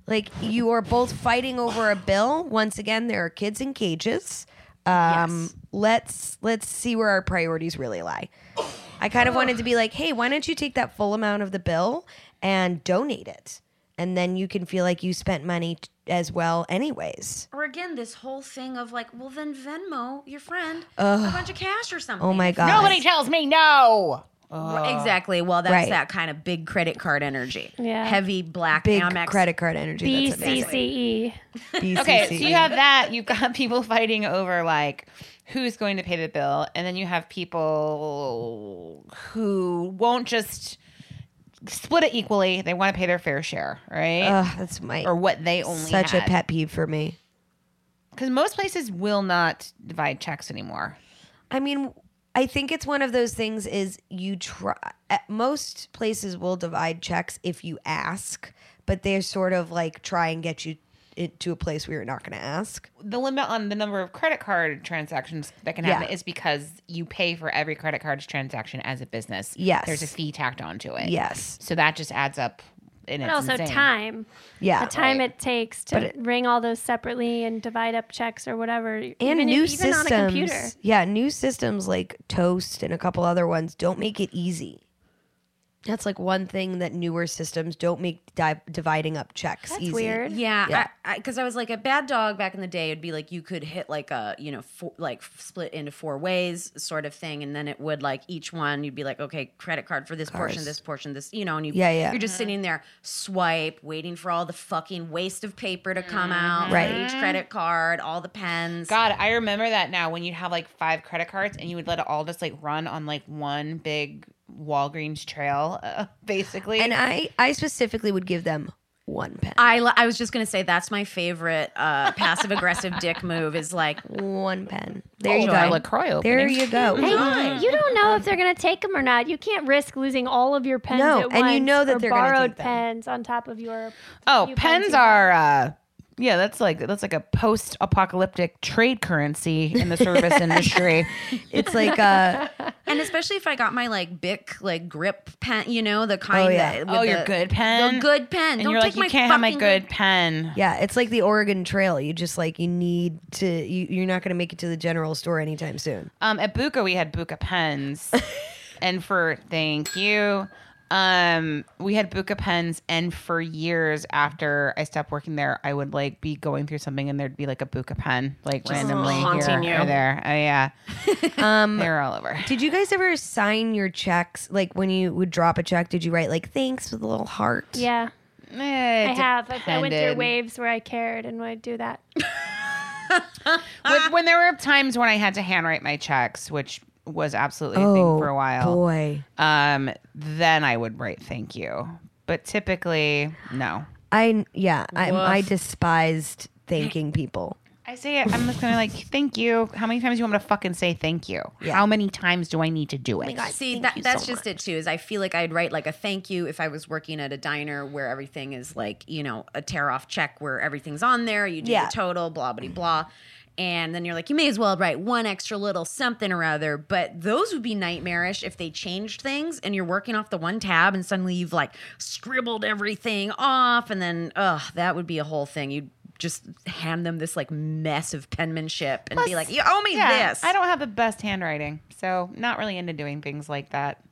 [SPEAKER 3] Like you are both fighting over a bill. Once again, there are kids in cages. Um, Let's let's see where our priorities really lie. I kind of wanted to be like, hey, why don't you take that full amount of the bill and donate it, and then you can feel like you spent money t- as well, anyways.
[SPEAKER 2] or again, this whole thing of like, well, then Venmo your friend a bunch of cash or something.
[SPEAKER 3] Oh my god!
[SPEAKER 1] Nobody tells me no.
[SPEAKER 2] Exactly. Well, that's
[SPEAKER 3] Right.
[SPEAKER 2] that kind of big credit card energy.
[SPEAKER 4] Yeah.
[SPEAKER 2] Heavy black
[SPEAKER 3] Big
[SPEAKER 2] Amex.
[SPEAKER 3] credit card energy. That's amazing.
[SPEAKER 4] BCCE.
[SPEAKER 3] BCC.
[SPEAKER 1] Okay, so you have that. You've got (laughs) people fighting over like who's going to pay the bill, and then you have people who won't just split it equally. They want to pay their fair share, right?
[SPEAKER 3] Ugh, that's my
[SPEAKER 1] or what they only
[SPEAKER 3] such a pet peeve for me.
[SPEAKER 1] Because most places will not divide checks anymore.
[SPEAKER 3] I mean, I think it's one of those things is you try at most places will divide checks if you ask, but they're sort of like try and get you it- to a place where you're not going to ask.
[SPEAKER 1] The limit on the number of credit card transactions that can happen
[SPEAKER 3] Yeah.
[SPEAKER 1] is because you pay for every credit card's transaction as a business.
[SPEAKER 3] Yes.
[SPEAKER 1] there's a fee tacked onto it.
[SPEAKER 3] Yes.
[SPEAKER 1] so that just adds up. And
[SPEAKER 4] And
[SPEAKER 1] it's
[SPEAKER 4] also
[SPEAKER 1] insane.
[SPEAKER 4] time.
[SPEAKER 3] Yeah.
[SPEAKER 4] The time it takes to ring all those separately and divide up checks or whatever.
[SPEAKER 3] and
[SPEAKER 4] even
[SPEAKER 3] new
[SPEAKER 4] if, even
[SPEAKER 3] systems.
[SPEAKER 4] on a computer.
[SPEAKER 3] Yeah, new systems like Toast and a couple other ones don't make it easy. That's like one thing that newer systems don't make di- dividing up checks
[SPEAKER 4] That's
[SPEAKER 3] easy.
[SPEAKER 4] weird.
[SPEAKER 2] Yeah, because I, was like a bad dog back in the day. It'd be like you could hit like a you know four, like f- split into four ways sort of thing, and then it would like each one you'd be like okay credit card for this portion, this portion, this you know, and you
[SPEAKER 3] Yeah, yeah.
[SPEAKER 2] you're just
[SPEAKER 4] Mm-hmm.
[SPEAKER 2] sitting there swipe waiting for all the fucking waste of paper to come
[SPEAKER 4] Mm-hmm.
[SPEAKER 2] out right.
[SPEAKER 3] Right.
[SPEAKER 2] for each credit card, all the pens.
[SPEAKER 1] God, I remember that now when you'd have like five credit cards and you would let it all just like run on like one big Walgreens trail, uh, basically.
[SPEAKER 3] And oh, I I specifically would give them one pen.
[SPEAKER 2] I, lo- I was just gonna say that's my favorite uh, passive aggressive dick move is like
[SPEAKER 3] One pen. There
[SPEAKER 1] Oh,
[SPEAKER 3] you go.
[SPEAKER 1] I like Croy
[SPEAKER 3] There
[SPEAKER 1] opening.
[SPEAKER 3] you (laughs) go.
[SPEAKER 4] Hey, you don't know if they're going to take them or not. You can't risk losing all of your pens
[SPEAKER 3] Um, No,
[SPEAKER 4] at
[SPEAKER 3] and you
[SPEAKER 4] once
[SPEAKER 3] know that
[SPEAKER 4] or
[SPEAKER 3] they're gonna
[SPEAKER 4] borrowed
[SPEAKER 3] take them.
[SPEAKER 4] pens on top of your.
[SPEAKER 1] oh,
[SPEAKER 4] you
[SPEAKER 1] pens
[SPEAKER 4] pens
[SPEAKER 1] are, uh, yeah, that's like that's like a post-apocalyptic trade currency in the
[SPEAKER 2] (laughs)
[SPEAKER 1] service industry.
[SPEAKER 3] It's like uh
[SPEAKER 2] And especially if I got my like Bic like grip pen, you know, the kind
[SPEAKER 3] Oh,
[SPEAKER 2] that
[SPEAKER 3] yeah.
[SPEAKER 2] with
[SPEAKER 1] Oh, your
[SPEAKER 2] the-
[SPEAKER 1] good pen?
[SPEAKER 2] The good pen.
[SPEAKER 1] And
[SPEAKER 2] Don't
[SPEAKER 1] you're like,
[SPEAKER 2] take
[SPEAKER 1] you
[SPEAKER 2] my
[SPEAKER 1] can't have my
[SPEAKER 2] fucking
[SPEAKER 1] good
[SPEAKER 2] (laughs)
[SPEAKER 1] pen.
[SPEAKER 3] yeah, it's like the Oregon Trail. You just like you need to you, you're not gonna make it to the general store anytime soon.
[SPEAKER 1] Um, at Buka, we had Buka
[SPEAKER 2] (laughs)
[SPEAKER 1] pens, and for thank you, um, we had Buka pens. And for years after I stopped working there, I would like be going through something, and there'd be like a Buka pen, like randomly
[SPEAKER 2] haunting
[SPEAKER 1] here
[SPEAKER 2] you.
[SPEAKER 1] or there. Oh yeah,
[SPEAKER 2] (laughs)
[SPEAKER 1] um, they're all over.
[SPEAKER 3] Did you guys ever sign your checks? Like when you would drop a check, did you write like thanks with a little heart?
[SPEAKER 4] Yeah,
[SPEAKER 1] (laughs) Eh,
[SPEAKER 4] I have. I, I went through
[SPEAKER 1] depended.
[SPEAKER 4] waves where I cared and would
[SPEAKER 1] (laughs)
[SPEAKER 4] do that.
[SPEAKER 1] When, when there were times when I had to handwrite my checks, which was absolutely a thing
[SPEAKER 3] Oh,
[SPEAKER 1] for a while.
[SPEAKER 3] Boy.
[SPEAKER 1] Um, then I would write thank you, but typically no.
[SPEAKER 3] I yeah, I I despised thanking people.
[SPEAKER 1] I say it. I'm just gonna like thank you. How many times do you want me to fucking say thank you? How many times do I need to do it?
[SPEAKER 2] See, that, that's just it too. Is I feel like I'd write like a thank you if I was working at a diner where everything is like you know a tear off check where everything's on there. You do
[SPEAKER 3] Yeah.
[SPEAKER 2] the total, blah blah blah, and then you're like you may as well write one extra little something or other. But those would be nightmarish if they changed things and you're working off the one tab and suddenly you've like scribbled everything off and then ugh that would be a whole thing. You'd just hand them this like mess of penmanship and be like you owe me
[SPEAKER 1] yeah,
[SPEAKER 2] this.
[SPEAKER 1] I don't have the best handwriting, so not really into doing things like that.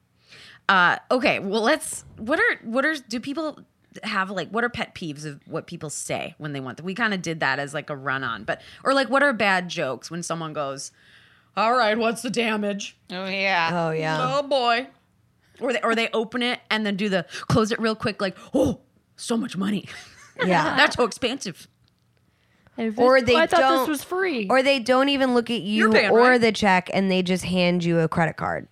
[SPEAKER 2] Uh, okay, well let's. What are what are do people have like what are pet peeves of what people say when they want? We kind of did that as like a run on, but or like what are bad jokes when someone goes, "All right, what's the damage?"
[SPEAKER 1] Oh yeah.
[SPEAKER 3] Oh yeah.
[SPEAKER 2] Oh boy, or they or they open it and then do the close it real quick, like oh so much money. (laughs)
[SPEAKER 3] (laughs) Yeah.
[SPEAKER 2] That's so expensive.
[SPEAKER 4] If
[SPEAKER 3] Or
[SPEAKER 4] this-
[SPEAKER 3] they
[SPEAKER 4] I thought
[SPEAKER 3] don't-
[SPEAKER 4] this was free.
[SPEAKER 3] Or they don't even look at you
[SPEAKER 2] You're paying,
[SPEAKER 3] or
[SPEAKER 2] right?
[SPEAKER 3] the check and they just hand you a credit card.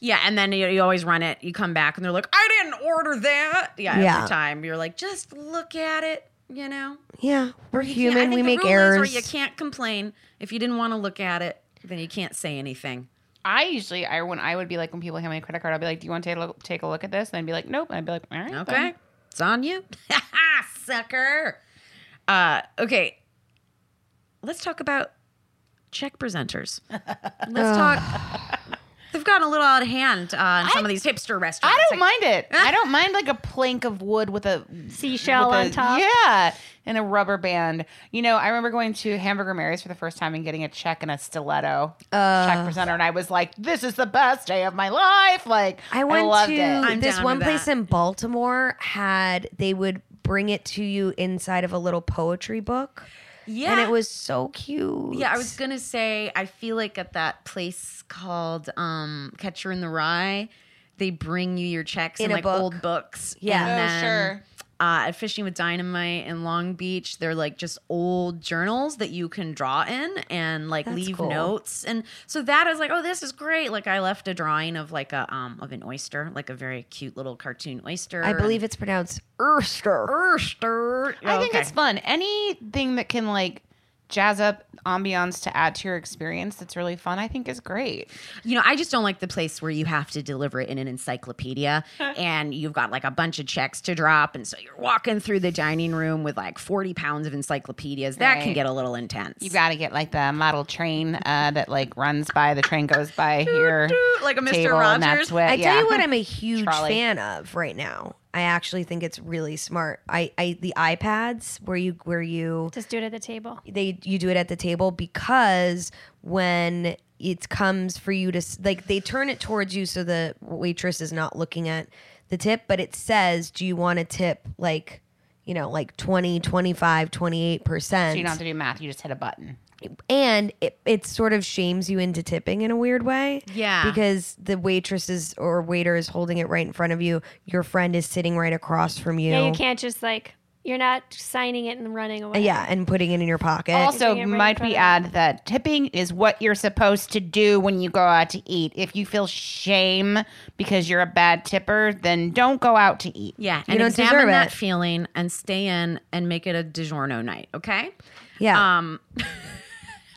[SPEAKER 2] Yeah, and then you, you always run it. You come back and they're like, "I didn't order that." Yeah,
[SPEAKER 3] Yeah.
[SPEAKER 2] every time you're like, just look at it. You know.
[SPEAKER 3] Yeah. We're
[SPEAKER 2] Yeah, I
[SPEAKER 3] human.
[SPEAKER 2] think
[SPEAKER 3] we
[SPEAKER 2] the
[SPEAKER 3] make
[SPEAKER 2] rule is,
[SPEAKER 3] errors.
[SPEAKER 2] Or you can't complain if you didn't want to look at it. Then you can't say anything.
[SPEAKER 1] I usually, I when I would be like when people hand me a credit card, I'd be like, "Do you want to take a look, take a look at this?" And I'd be like, "Nope." And I'd be like, "All right,
[SPEAKER 2] Okay,
[SPEAKER 1] then."
[SPEAKER 2] it's on you, (laughs) sucker. Uh, okay, let's talk about
[SPEAKER 3] (laughs)
[SPEAKER 2] check presenters. Let's talk. They've gotten a little out of hand uh, in some of these hipster restaurants.
[SPEAKER 1] I don't
[SPEAKER 2] Like,
[SPEAKER 1] mind it. I
[SPEAKER 3] (laughs)
[SPEAKER 1] don't mind like a plank of wood with a
[SPEAKER 4] Seashell
[SPEAKER 1] with a-
[SPEAKER 4] on top.
[SPEAKER 1] Yeah, and a rubber band. You know, I remember going to Hamburger Mary's for the first time and getting a check and a stiletto check presenter, and I was like, "This is the best day of my life!" Like,
[SPEAKER 3] I went
[SPEAKER 1] loved
[SPEAKER 3] to
[SPEAKER 1] it.
[SPEAKER 2] I'm
[SPEAKER 3] this
[SPEAKER 2] down
[SPEAKER 3] one
[SPEAKER 2] with
[SPEAKER 3] place
[SPEAKER 2] that.
[SPEAKER 3] in Baltimore had they would bring it to you inside of a little poetry book.
[SPEAKER 2] Yeah,
[SPEAKER 3] And it was so cute.
[SPEAKER 2] Yeah, I was gonna say I feel like at that place called um, Catcher in the Rye, they bring you your checks
[SPEAKER 3] In
[SPEAKER 2] in,
[SPEAKER 3] a
[SPEAKER 2] like
[SPEAKER 3] book.
[SPEAKER 2] old books.
[SPEAKER 3] Yeah.
[SPEAKER 2] and
[SPEAKER 3] Oh,
[SPEAKER 2] then,
[SPEAKER 1] sure.
[SPEAKER 2] Uh, at Fishing with Dynamite in Long Beach, they're like just old journals that you can draw in and like
[SPEAKER 3] That's
[SPEAKER 2] leave
[SPEAKER 3] cool.
[SPEAKER 2] notes, and so that is like, oh, this is great. Like I left a drawing of like a um of an oyster, like a very cute little cartoon oyster.
[SPEAKER 3] I believe it's pronounced Erster.
[SPEAKER 2] oyster.
[SPEAKER 3] Oh,
[SPEAKER 1] I think it's fun. Anything that can like jazz up ambiance to add to your experience that's really fun, I think is great.
[SPEAKER 2] You know, I just don't like the place where you have to deliver it in an encyclopedia and you've got like a bunch of checks to drop. And so you're walking through the dining room with like 40 pounds of encyclopedias. That can
[SPEAKER 1] Right.
[SPEAKER 2] get a little intense.
[SPEAKER 1] You got to get like the model train uh, that like runs by the train goes by here,
[SPEAKER 2] like a
[SPEAKER 1] and
[SPEAKER 2] Mr. Rogers.
[SPEAKER 1] that's what,
[SPEAKER 3] I
[SPEAKER 1] yeah.
[SPEAKER 3] tell you what I'm a huge
[SPEAKER 1] Trolley.
[SPEAKER 3] fan of right now. I actually think it's really smart. I, I the iPads where you where you
[SPEAKER 4] Just do it at the table.
[SPEAKER 3] they you do it at the table because when it comes for you to s- like they turn it towards you so the waitress is not looking at the tip but it says do you want to tip like you know like 20 25 28%
[SPEAKER 1] So you don't have to do math. You just hit a button.
[SPEAKER 3] and it, it sort of shames you into tipping in a weird way.
[SPEAKER 2] Yeah.
[SPEAKER 3] Because the waitress is or waiter is holding it right in front of you. Your friend is sitting right across from you.
[SPEAKER 4] Yeah, you can't just like you're not signing it and running away.
[SPEAKER 3] Yeah, and putting it in your pocket.
[SPEAKER 1] Also,
[SPEAKER 4] Doing it right in
[SPEAKER 1] might
[SPEAKER 4] front
[SPEAKER 1] we
[SPEAKER 4] of
[SPEAKER 1] add that tipping is what you're supposed to do when you go out to eat. If you feel shame because you're a bad tipper, then don't go out to eat.
[SPEAKER 2] Yeah. And
[SPEAKER 3] don't
[SPEAKER 2] examine
[SPEAKER 3] deserve
[SPEAKER 2] that
[SPEAKER 3] it.
[SPEAKER 2] feeling and stay in and make it a DiGiorno night. Okay.
[SPEAKER 3] yeah.
[SPEAKER 2] Um,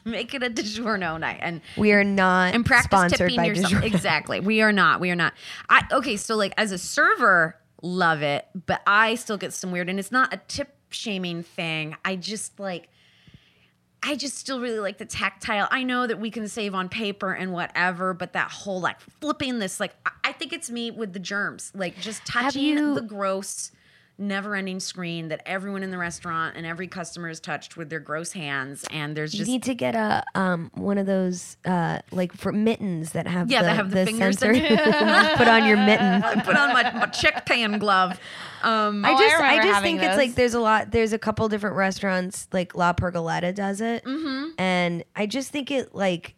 [SPEAKER 2] make it a DiGiorno night. And
[SPEAKER 3] we are not
[SPEAKER 2] and practice
[SPEAKER 3] sponsored
[SPEAKER 2] tipping
[SPEAKER 3] by
[SPEAKER 2] yourself.
[SPEAKER 3] Dijon.
[SPEAKER 2] Exactly. We are not. We are not. I okay. So like as a server, love it, but I still get some weird, and it's not a tip shaming thing. I just like. I just still really like the tactile. I know that we can save on paper and whatever, but that whole like flipping this, like I- I think it's me with the germs, like just touching
[SPEAKER 4] you-
[SPEAKER 2] the gross, never-ending screen that everyone in the restaurant and every customer is touched with their gross hands, and there's
[SPEAKER 3] You
[SPEAKER 2] just
[SPEAKER 3] need to get a um one of those uh like for mittens that have
[SPEAKER 2] Yeah,
[SPEAKER 3] the,
[SPEAKER 2] that have the fingers
[SPEAKER 3] sensor.
[SPEAKER 2] that- (laughs)
[SPEAKER 3] Just (laughs) put on your mitten.
[SPEAKER 2] I put on my, my check pan glove. Um,
[SPEAKER 3] I
[SPEAKER 1] I
[SPEAKER 3] just I,
[SPEAKER 1] remember
[SPEAKER 3] just
[SPEAKER 1] having
[SPEAKER 3] think it's like
[SPEAKER 1] those.
[SPEAKER 3] there's a lot there's a couple different restaurants like La Pergoletta does it, mm-hmm. and I just think it like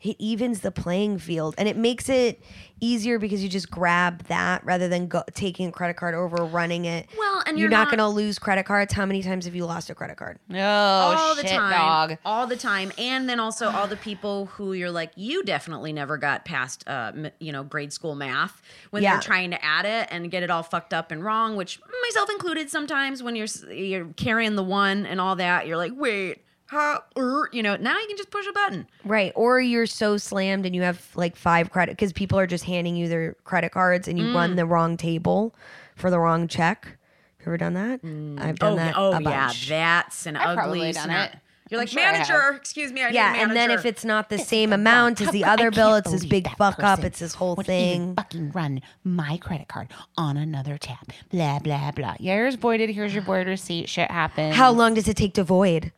[SPEAKER 3] it evens the playing field and it makes it easier because you just grab that rather than go, taking a credit card over running it.
[SPEAKER 2] Well, and
[SPEAKER 3] you're,
[SPEAKER 2] you're
[SPEAKER 3] not,
[SPEAKER 2] not-
[SPEAKER 3] going to lose credit cards. How many times have you lost a credit card?
[SPEAKER 1] No,
[SPEAKER 2] all
[SPEAKER 1] shit,
[SPEAKER 2] the time,
[SPEAKER 1] dog.
[SPEAKER 2] all the time, and then also all the people who you're like, you definitely never got past, uh, m- you know, grade school math when
[SPEAKER 3] Yeah.
[SPEAKER 2] they're trying to add it and get it all fucked up and wrong, which myself included. Sometimes when you're s- you're carrying the one and all that, you're like, wait. ha, er, you know, now you can just push a button.
[SPEAKER 3] Right. Or you're so slammed and you have like five credit because people are just handing you their credit cards and you
[SPEAKER 2] Mm.
[SPEAKER 3] run the wrong table for the wrong check. Have you ever done that? I've done
[SPEAKER 2] oh,
[SPEAKER 3] that.
[SPEAKER 2] oh
[SPEAKER 3] a
[SPEAKER 2] yeah,
[SPEAKER 3] bunch.
[SPEAKER 2] that's an
[SPEAKER 1] I've probably
[SPEAKER 2] ugly.
[SPEAKER 1] done
[SPEAKER 2] scenario.
[SPEAKER 1] it.
[SPEAKER 2] You're
[SPEAKER 1] I'm
[SPEAKER 2] like
[SPEAKER 1] sure I have.
[SPEAKER 2] manager. Excuse me, I need a
[SPEAKER 3] Yeah, and then if
[SPEAKER 2] manager."
[SPEAKER 3] it's not the same amount as the other bill, it's this big fuck up. It's this whole thing.
[SPEAKER 1] fucking run my credit card on another tab. Blah blah blah. Yeah, here's voided. Here's your void receipt. Shit happened.
[SPEAKER 3] How long does it take to void?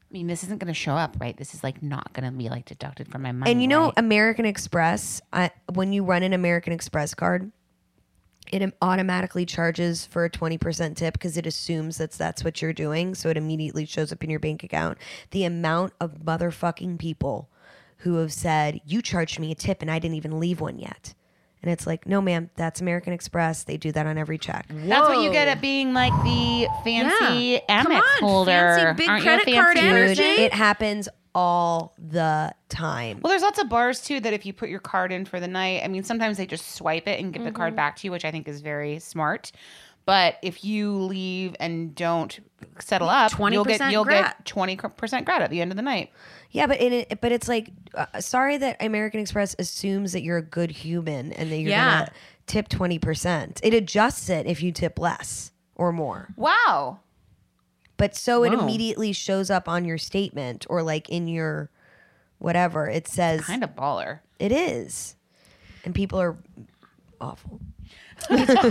[SPEAKER 1] I mean, this isn't gonna show up, right? This is like not gonna be like deducted from my money.
[SPEAKER 3] And you know,
[SPEAKER 1] right?
[SPEAKER 3] American Express, I, when you run an American Express card, it im- automatically charges for a 20% tip because it assumes that's that's what you're doing. So it immediately shows up in your bank account. The amount of motherfucking people who have said, You charged me a tip and I didn't even leave one yet. And it's like, No, ma'am, that's American Express. They do that on every check.
[SPEAKER 1] that's what you get at being like the fancy
[SPEAKER 2] Yeah. Come
[SPEAKER 1] Amex
[SPEAKER 2] on,
[SPEAKER 1] holder.
[SPEAKER 2] fancy big
[SPEAKER 1] Aren't you a
[SPEAKER 2] credit card
[SPEAKER 1] fancy-
[SPEAKER 2] energy.
[SPEAKER 3] Dude, it happens all the time.
[SPEAKER 1] Well, there's lots of bars too that if you put your card in for the night, I mean, sometimes they just swipe it and give the card back to you, which I think is very smart. But if you leave and don't settle up, you'll get
[SPEAKER 2] 20%
[SPEAKER 1] you'll
[SPEAKER 2] grat.
[SPEAKER 1] get twenty percent grat at the end of the night.
[SPEAKER 3] Yeah, but in it, but it's like, uh, sorry that American Express assumes that you're a good human and that you're
[SPEAKER 2] Yeah.
[SPEAKER 3] gonna tip twenty percent. It adjusts it if you tip less or more,
[SPEAKER 1] Wow.
[SPEAKER 3] but so it immediately shows up on your statement or like in your whatever it says.
[SPEAKER 1] Kind of baller.
[SPEAKER 3] It is, and people are awful.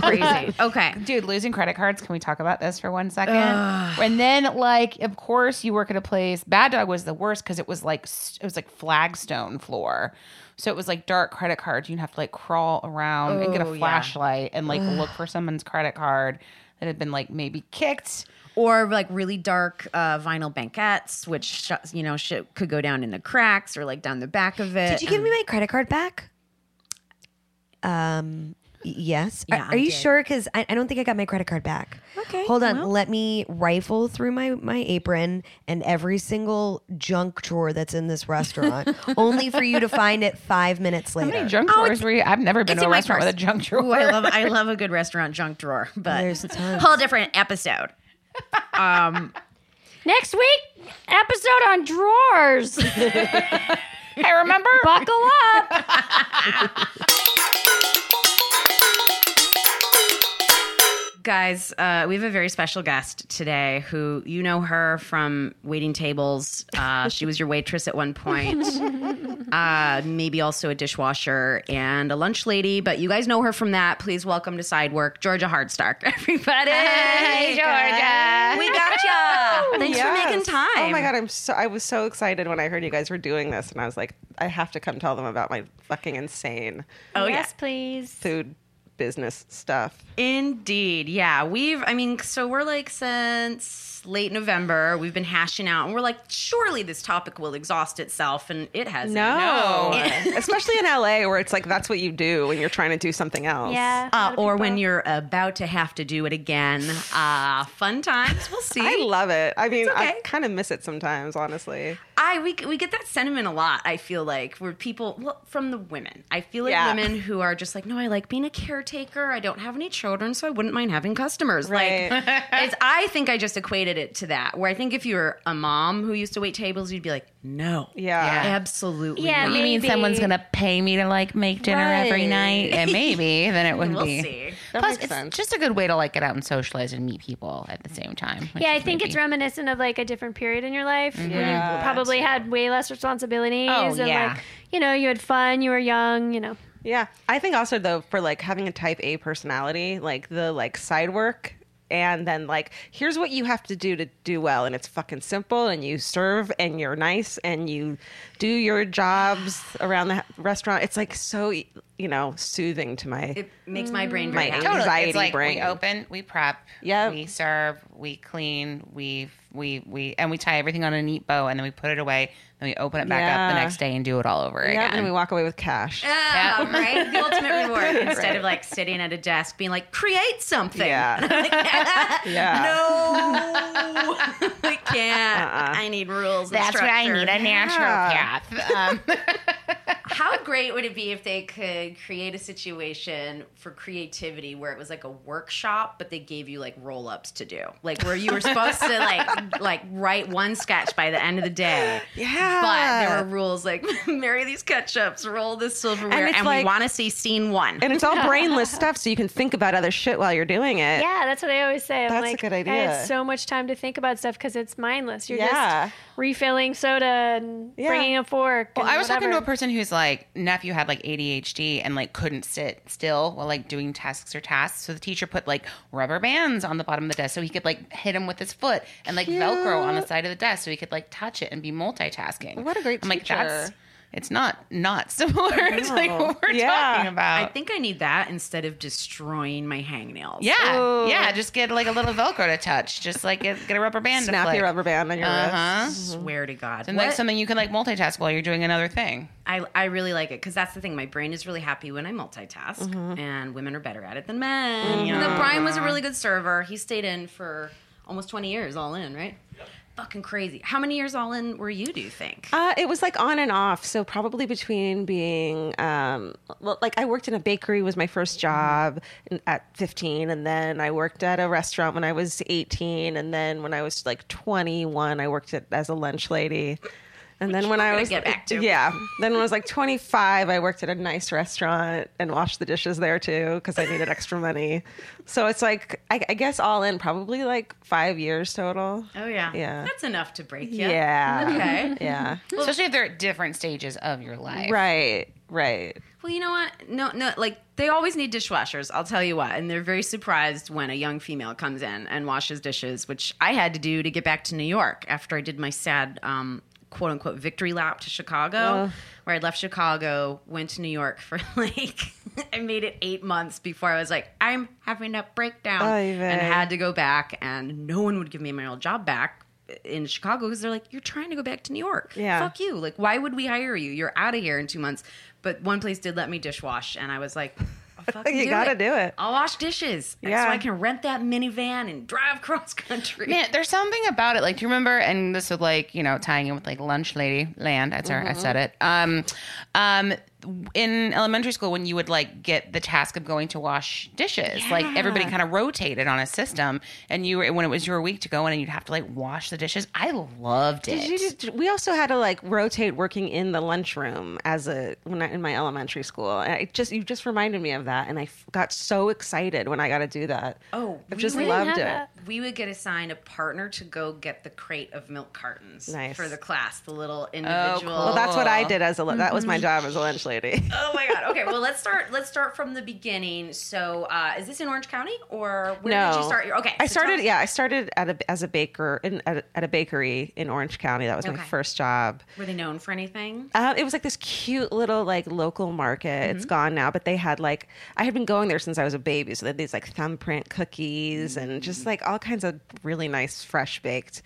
[SPEAKER 2] crazy. okay.
[SPEAKER 1] Dude, losing credit cards. Can we talk about this for one second? And then, like, of course, you work at a place. Bad Dog was the worst because it was like s- it was like flagstone floor, so it was like dark credit cards. You'd have to like crawl around and get
[SPEAKER 2] Oh,
[SPEAKER 1] a flashlight and like look for someone's credit card that had been like maybe kicked.
[SPEAKER 2] Or like really dark uh, vinyl banquettes, which sh- you know shit could go down in the cracks or like down the back of it.
[SPEAKER 3] Did you give me my credit card back? Um. y- Yes. Are-
[SPEAKER 2] Yeah,
[SPEAKER 3] are,
[SPEAKER 2] I
[SPEAKER 3] you
[SPEAKER 2] did.
[SPEAKER 3] sure? Because I, I don't think I got my credit card back. Okay. Hold on. Let me rifle through my my apron and every single junk drawer that's in this
[SPEAKER 2] (laughs)
[SPEAKER 3] restaurant, only for you to find it five minutes
[SPEAKER 1] How many
[SPEAKER 3] later.
[SPEAKER 1] junk drawers were you? I've never been
[SPEAKER 2] Oh, it's
[SPEAKER 1] to a
[SPEAKER 2] in my
[SPEAKER 1] restaurant with
[SPEAKER 2] purse.
[SPEAKER 1] a junk drawer.
[SPEAKER 2] Ooh,
[SPEAKER 1] (laughs)
[SPEAKER 3] (laughs)
[SPEAKER 2] I love I love a good restaurant junk drawer, but
[SPEAKER 3] There's tons.
[SPEAKER 2] whole different episode. Um,
[SPEAKER 4] Next week, episode on drawers.
[SPEAKER 1] I remember. (laughs)
[SPEAKER 4] Buckle up.
[SPEAKER 2] guys, uh, we have a very special guest today who you know her from waiting tables. Uh, she was your waitress at one
[SPEAKER 5] (laughs)
[SPEAKER 2] point, uh, maybe also a dishwasher and a lunch lady, but you guys know her from that. Please welcome to Side Work, Georgia Hardstark, (laughs) everybody.
[SPEAKER 1] Hey, Georgia.
[SPEAKER 2] We got
[SPEAKER 5] (laughs)
[SPEAKER 2] ya. Thanks
[SPEAKER 5] Yes.
[SPEAKER 2] for making time.
[SPEAKER 5] Oh my god, I'm so I was so excited when I heard you guys were doing this, and I was like, I have to come tell them about my fucking insane
[SPEAKER 2] Oh, yeah.
[SPEAKER 4] yes, please.
[SPEAKER 5] food business stuff.
[SPEAKER 2] Indeed. Yeah. We've, I mean, so we're like since late November, we've been hashing out and we're like, surely this topic will exhaust itself. And it hasn't.
[SPEAKER 5] especially in LA where it's like that's what you do when you're trying to do something else.
[SPEAKER 4] Yeah.
[SPEAKER 2] Uh, or when you're about to have to do it again. Uh, fun times. We'll see.
[SPEAKER 5] I love it. I mean, I
[SPEAKER 2] okay.
[SPEAKER 5] kind of miss it sometimes, honestly.
[SPEAKER 2] I we we get that sentiment a lot. I feel like where people well from the women. I feel like
[SPEAKER 5] Yeah.
[SPEAKER 2] women who are just like, no, I like being a caretaker. I don't have any children, so I wouldn't mind having customers. Like, (laughs) it's, I think I just equated it to that. Where I think if you were a mom who used to wait tables, you'd be like, no,
[SPEAKER 5] Yeah.
[SPEAKER 2] absolutely,
[SPEAKER 4] Yeah,
[SPEAKER 2] not.
[SPEAKER 4] You mean someone's Maybe.
[SPEAKER 1] gonna pay me to like make dinner every night? And maybe then
[SPEAKER 2] (laughs)
[SPEAKER 1] it wouldn't
[SPEAKER 2] we'll
[SPEAKER 1] be.
[SPEAKER 2] see.
[SPEAKER 5] That
[SPEAKER 1] Plus,
[SPEAKER 5] makes
[SPEAKER 1] it's
[SPEAKER 5] sense.
[SPEAKER 1] just a good way to like get out and socialize and meet people at the same time. which
[SPEAKER 4] Yeah, I
[SPEAKER 1] is
[SPEAKER 4] think it's
[SPEAKER 1] maybe-
[SPEAKER 4] reminiscent of like a different period in your life when you probably had way less responsibilities
[SPEAKER 1] Oh,
[SPEAKER 4] and
[SPEAKER 1] yeah.
[SPEAKER 4] like you know you had fun, you were young, you know.
[SPEAKER 5] Yeah. I think also though for like having a type A personality, like the like side work and then like here's what you have to do to do well and it's fucking simple and you serve and you're nice and you do your jobs around the restaurant. It's like so you know soothing to my
[SPEAKER 2] It makes my brain very
[SPEAKER 5] My
[SPEAKER 2] happy.
[SPEAKER 5] own-
[SPEAKER 1] Totally.
[SPEAKER 5] anxiety
[SPEAKER 1] It's like
[SPEAKER 5] brain.
[SPEAKER 1] we open, we prep,
[SPEAKER 5] Yep.
[SPEAKER 1] we serve, we clean, we we we and we tie everything on a neat bow and then we put it away, then we open it back up the
[SPEAKER 5] Yeah.
[SPEAKER 1] next day and do it all over
[SPEAKER 5] yeah,
[SPEAKER 1] again.
[SPEAKER 5] and we walk away with cash.
[SPEAKER 2] Uh, Yeah, Oh, right. The ultimate reward instead of like sitting at a desk being like, create something. (laughs)
[SPEAKER 5] Yeah. yeah.
[SPEAKER 2] No, I
[SPEAKER 5] Uh-uh.
[SPEAKER 2] can't. I need rules. and
[SPEAKER 1] That's what I
[SPEAKER 2] structure.
[SPEAKER 1] need a naturopath. Um,
[SPEAKER 2] How great would it be if they could create a situation for creativity where it was like a workshop, but they gave you like roll ups to do, like where you were supposed to like (laughs) like write one sketch by the end of the day.
[SPEAKER 5] Yeah.
[SPEAKER 2] but there were rules like (laughs) marry these ketchups, roll this silverware,
[SPEAKER 5] it's
[SPEAKER 2] and, we
[SPEAKER 5] like-
[SPEAKER 2] want to see scene one.
[SPEAKER 5] And it's all
[SPEAKER 2] (laughs)
[SPEAKER 5] brainless stuff, so you can think about other shit while you're doing
[SPEAKER 1] Uh,
[SPEAKER 5] it.
[SPEAKER 4] Yeah, that's what I always say. I'm
[SPEAKER 5] That's a
[SPEAKER 4] like,
[SPEAKER 5] good
[SPEAKER 4] I
[SPEAKER 5] idea.
[SPEAKER 4] had so much time to think about stuff because it's mindless. You're
[SPEAKER 5] Yeah.
[SPEAKER 4] just refilling soda and
[SPEAKER 5] Yeah.
[SPEAKER 4] bringing a fork.
[SPEAKER 1] Well,
[SPEAKER 4] and
[SPEAKER 1] I was talking to a
[SPEAKER 4] whatever.
[SPEAKER 1] person who's like nephew had like ADHD and like couldn't sit still while like doing tasks or tasks. So the teacher put like rubber bands on the bottom of the desk so he could like hit him with his foot and like Velcro on the side of the desk so he could like touch it and be multitasking.
[SPEAKER 5] What a great
[SPEAKER 1] I'm like that's
[SPEAKER 5] teacher.
[SPEAKER 1] it's not not (laughs) similar to like what we're
[SPEAKER 5] Yeah.
[SPEAKER 1] talking about.
[SPEAKER 2] I think I need that instead of destroying my hangnails.
[SPEAKER 1] yeah, yeah. Just get like a little Velcro to touch. Just like get, get a rubber band. to
[SPEAKER 5] Snap
[SPEAKER 1] flick.
[SPEAKER 5] your rubber band on your
[SPEAKER 1] Uh-huh.
[SPEAKER 5] wrist.
[SPEAKER 2] Swear to God.
[SPEAKER 1] And
[SPEAKER 2] What?
[SPEAKER 1] like something you can like multitask while you're doing another thing.
[SPEAKER 2] I, I really like it because that's the thing. My brain is really happy when I multitask, and women are better at it than men. You know, Mm-hmm. Brian was a really good server. He stayed in for almost 20 years, all in, right? Fucking crazy. How many years all in were you, do you think?
[SPEAKER 5] Uh, it was like on and off. So probably between being um, l- like I worked in a bakery was my first
[SPEAKER 2] Mm-hmm.
[SPEAKER 5] job in- at 15, and then I worked at a restaurant when I was 18, and then when I was like 21, I worked at, as a lunch lady. And then when I
[SPEAKER 2] gonna
[SPEAKER 5] was
[SPEAKER 2] get back to.
[SPEAKER 5] (laughs) yeah, then when I was like 25, I worked at a nice restaurant and washed the dishes there too because I
[SPEAKER 2] (laughs)
[SPEAKER 5] needed extra money. So it's like I, I guess all in probably like five years total.
[SPEAKER 2] oh, yeah.
[SPEAKER 5] yeah.
[SPEAKER 2] That's enough to break you.
[SPEAKER 5] Yeah.
[SPEAKER 2] Okay.
[SPEAKER 5] Yeah.
[SPEAKER 1] Especially if they're at different stages of your life.
[SPEAKER 5] Right. Right.
[SPEAKER 2] Well, you know what? No, no, like they always need dishwashers. I'll tell you what. And they're very surprised when a young female comes in and washes dishes, which I had to do to get back to New York after I did my sad, um, quote unquote, victory lap to Chicago, where I left Chicago, went to New York for (laughs) like, I made it eight months before I was like, I'm having a breakdown.
[SPEAKER 5] Oy vey.
[SPEAKER 2] and had to go back, and no one would give me my old job back in Chicago because they're like, You're trying to go back to New York.
[SPEAKER 5] Yeah.
[SPEAKER 2] Fuck you. Like, why would we hire you? You're out of here in two months. But one place did let me dishwash, and I was like, I'll
[SPEAKER 5] (laughs)
[SPEAKER 2] fucking
[SPEAKER 5] You gotta do it.
[SPEAKER 2] I'll wash dishes. Yeah.
[SPEAKER 5] Yeah.
[SPEAKER 2] So I can rent that minivan and drive cross (laughs) country.
[SPEAKER 1] Man, there's something about it. Like, do you remember? And this would like, you know, tying in with like lunch lady land. That's her. I said it.
[SPEAKER 5] Mm-hmm.
[SPEAKER 1] Um, um, in elementary school, when you would like get the task of going to wash dishes, like everybody kind of rotated on a system, and you were when it was your week to go in, and you'd have to like wash the dishes. I loved it.
[SPEAKER 5] Did you just, we also had to like rotate working in the lunchroom as a when I, in my elementary school. And it just you just reminded me of that, and I f- got so excited when I got to do that.
[SPEAKER 2] Oh,
[SPEAKER 5] I just
[SPEAKER 2] we- we
[SPEAKER 5] loved it.
[SPEAKER 4] didn't have
[SPEAKER 2] we would get assigned a partner to go get the crate of milk cartons
[SPEAKER 5] Nice. Oh,
[SPEAKER 2] for the class, the little individual.
[SPEAKER 5] Well, that's what I did as a lu- that was my job as a lunch lady.
[SPEAKER 2] Mm-hmm. Oh my god. Okay, well let's start let's start from the beginning. So uh is this in Orange County or where
[SPEAKER 5] no,
[SPEAKER 2] did you start your okay.
[SPEAKER 5] I
[SPEAKER 2] so tell
[SPEAKER 5] started
[SPEAKER 2] us-
[SPEAKER 5] yeah, I started at a, as a baker in, at, a, at a bakery in Orange County. That was my
[SPEAKER 2] Okay.
[SPEAKER 5] first job.
[SPEAKER 2] Were they known for anything?
[SPEAKER 5] Uh, it was like this cute little like local market. It's gone now, but they had like I had been going there since I was a baby, so they had these like thumbprint cookies and just like all kinds of really nice fresh baked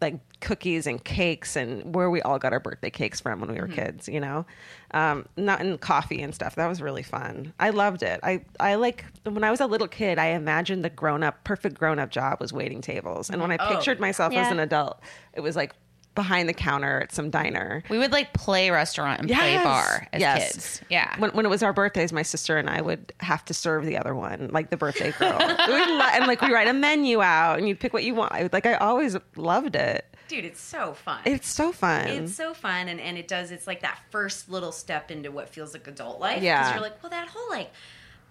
[SPEAKER 5] like cookies and cakes and where we all got our birthday cakes from when we were kids, you know, um, not in coffee and stuff. That was really fun. I loved it. I, I like when I was a little kid, I imagined the grown up, perfect grown up job was waiting tables. And when I pictured myself as
[SPEAKER 4] Yeah.
[SPEAKER 5] an adult, it was like behind the counter at some diner.
[SPEAKER 1] we would like play restaurant and play bar as
[SPEAKER 5] Yes.
[SPEAKER 1] kids. Yeah.
[SPEAKER 5] When, when it was our birthdays, my sister and I would have to serve the other one, like the birthday girl. We would lo- and like we write a menu out and you pick what you want. I would- Like I always loved it.
[SPEAKER 2] Dude, it's so fun.
[SPEAKER 5] It's so fun.
[SPEAKER 2] It's so fun, and, and it does. It's like that first little step into what feels like adult life.
[SPEAKER 5] Yeah.
[SPEAKER 2] because you're like, well, that whole like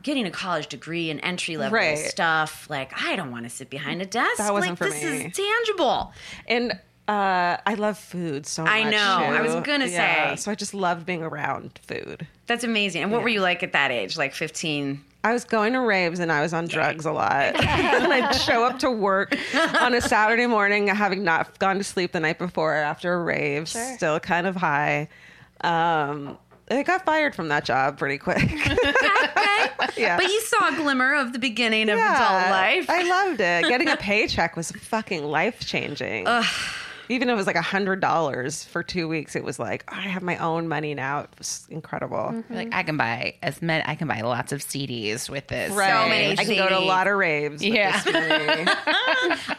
[SPEAKER 2] getting a college degree and entry level
[SPEAKER 5] Right.
[SPEAKER 2] stuff. Like, I don't want to sit behind a desk.
[SPEAKER 5] That wasn't
[SPEAKER 2] like,
[SPEAKER 5] for
[SPEAKER 2] this
[SPEAKER 5] me.
[SPEAKER 2] is tangible.
[SPEAKER 5] and uh, I love food so much.
[SPEAKER 2] I know. I was
[SPEAKER 5] too.
[SPEAKER 2] gonna say.
[SPEAKER 5] Yeah. So I just loved being around food.
[SPEAKER 2] That's amazing. And what were you like at that age? Like 15.
[SPEAKER 5] I was going to raves and I was on drugs
[SPEAKER 2] (laughs)
[SPEAKER 5] a lot. (laughs) and I'd show up to work on a Saturday morning, having not gone to sleep the night before after a rave, still kind of high. Um, I got fired from that job pretty quick.
[SPEAKER 2] (laughs) Okay.
[SPEAKER 5] (laughs) Yeah.
[SPEAKER 2] But you saw a glimmer of the beginning of
[SPEAKER 5] Yeah.
[SPEAKER 2] adult life.
[SPEAKER 5] I loved it. Getting a paycheck was fucking life changing. Even if it was like a hundred dollars for two weeks, it was like I have my own money now. It was incredible.
[SPEAKER 2] Mm-hmm.
[SPEAKER 5] Mm-hmm.
[SPEAKER 1] Like I can buy as many. I can buy lots of CDs with this.
[SPEAKER 5] Right.
[SPEAKER 2] many
[SPEAKER 5] I can go to a
[SPEAKER 2] CDs.
[SPEAKER 5] lot of raves. with
[SPEAKER 1] Yeah.
[SPEAKER 2] (laughs)
[SPEAKER 5] this
[SPEAKER 2] (laughs)
[SPEAKER 5] money.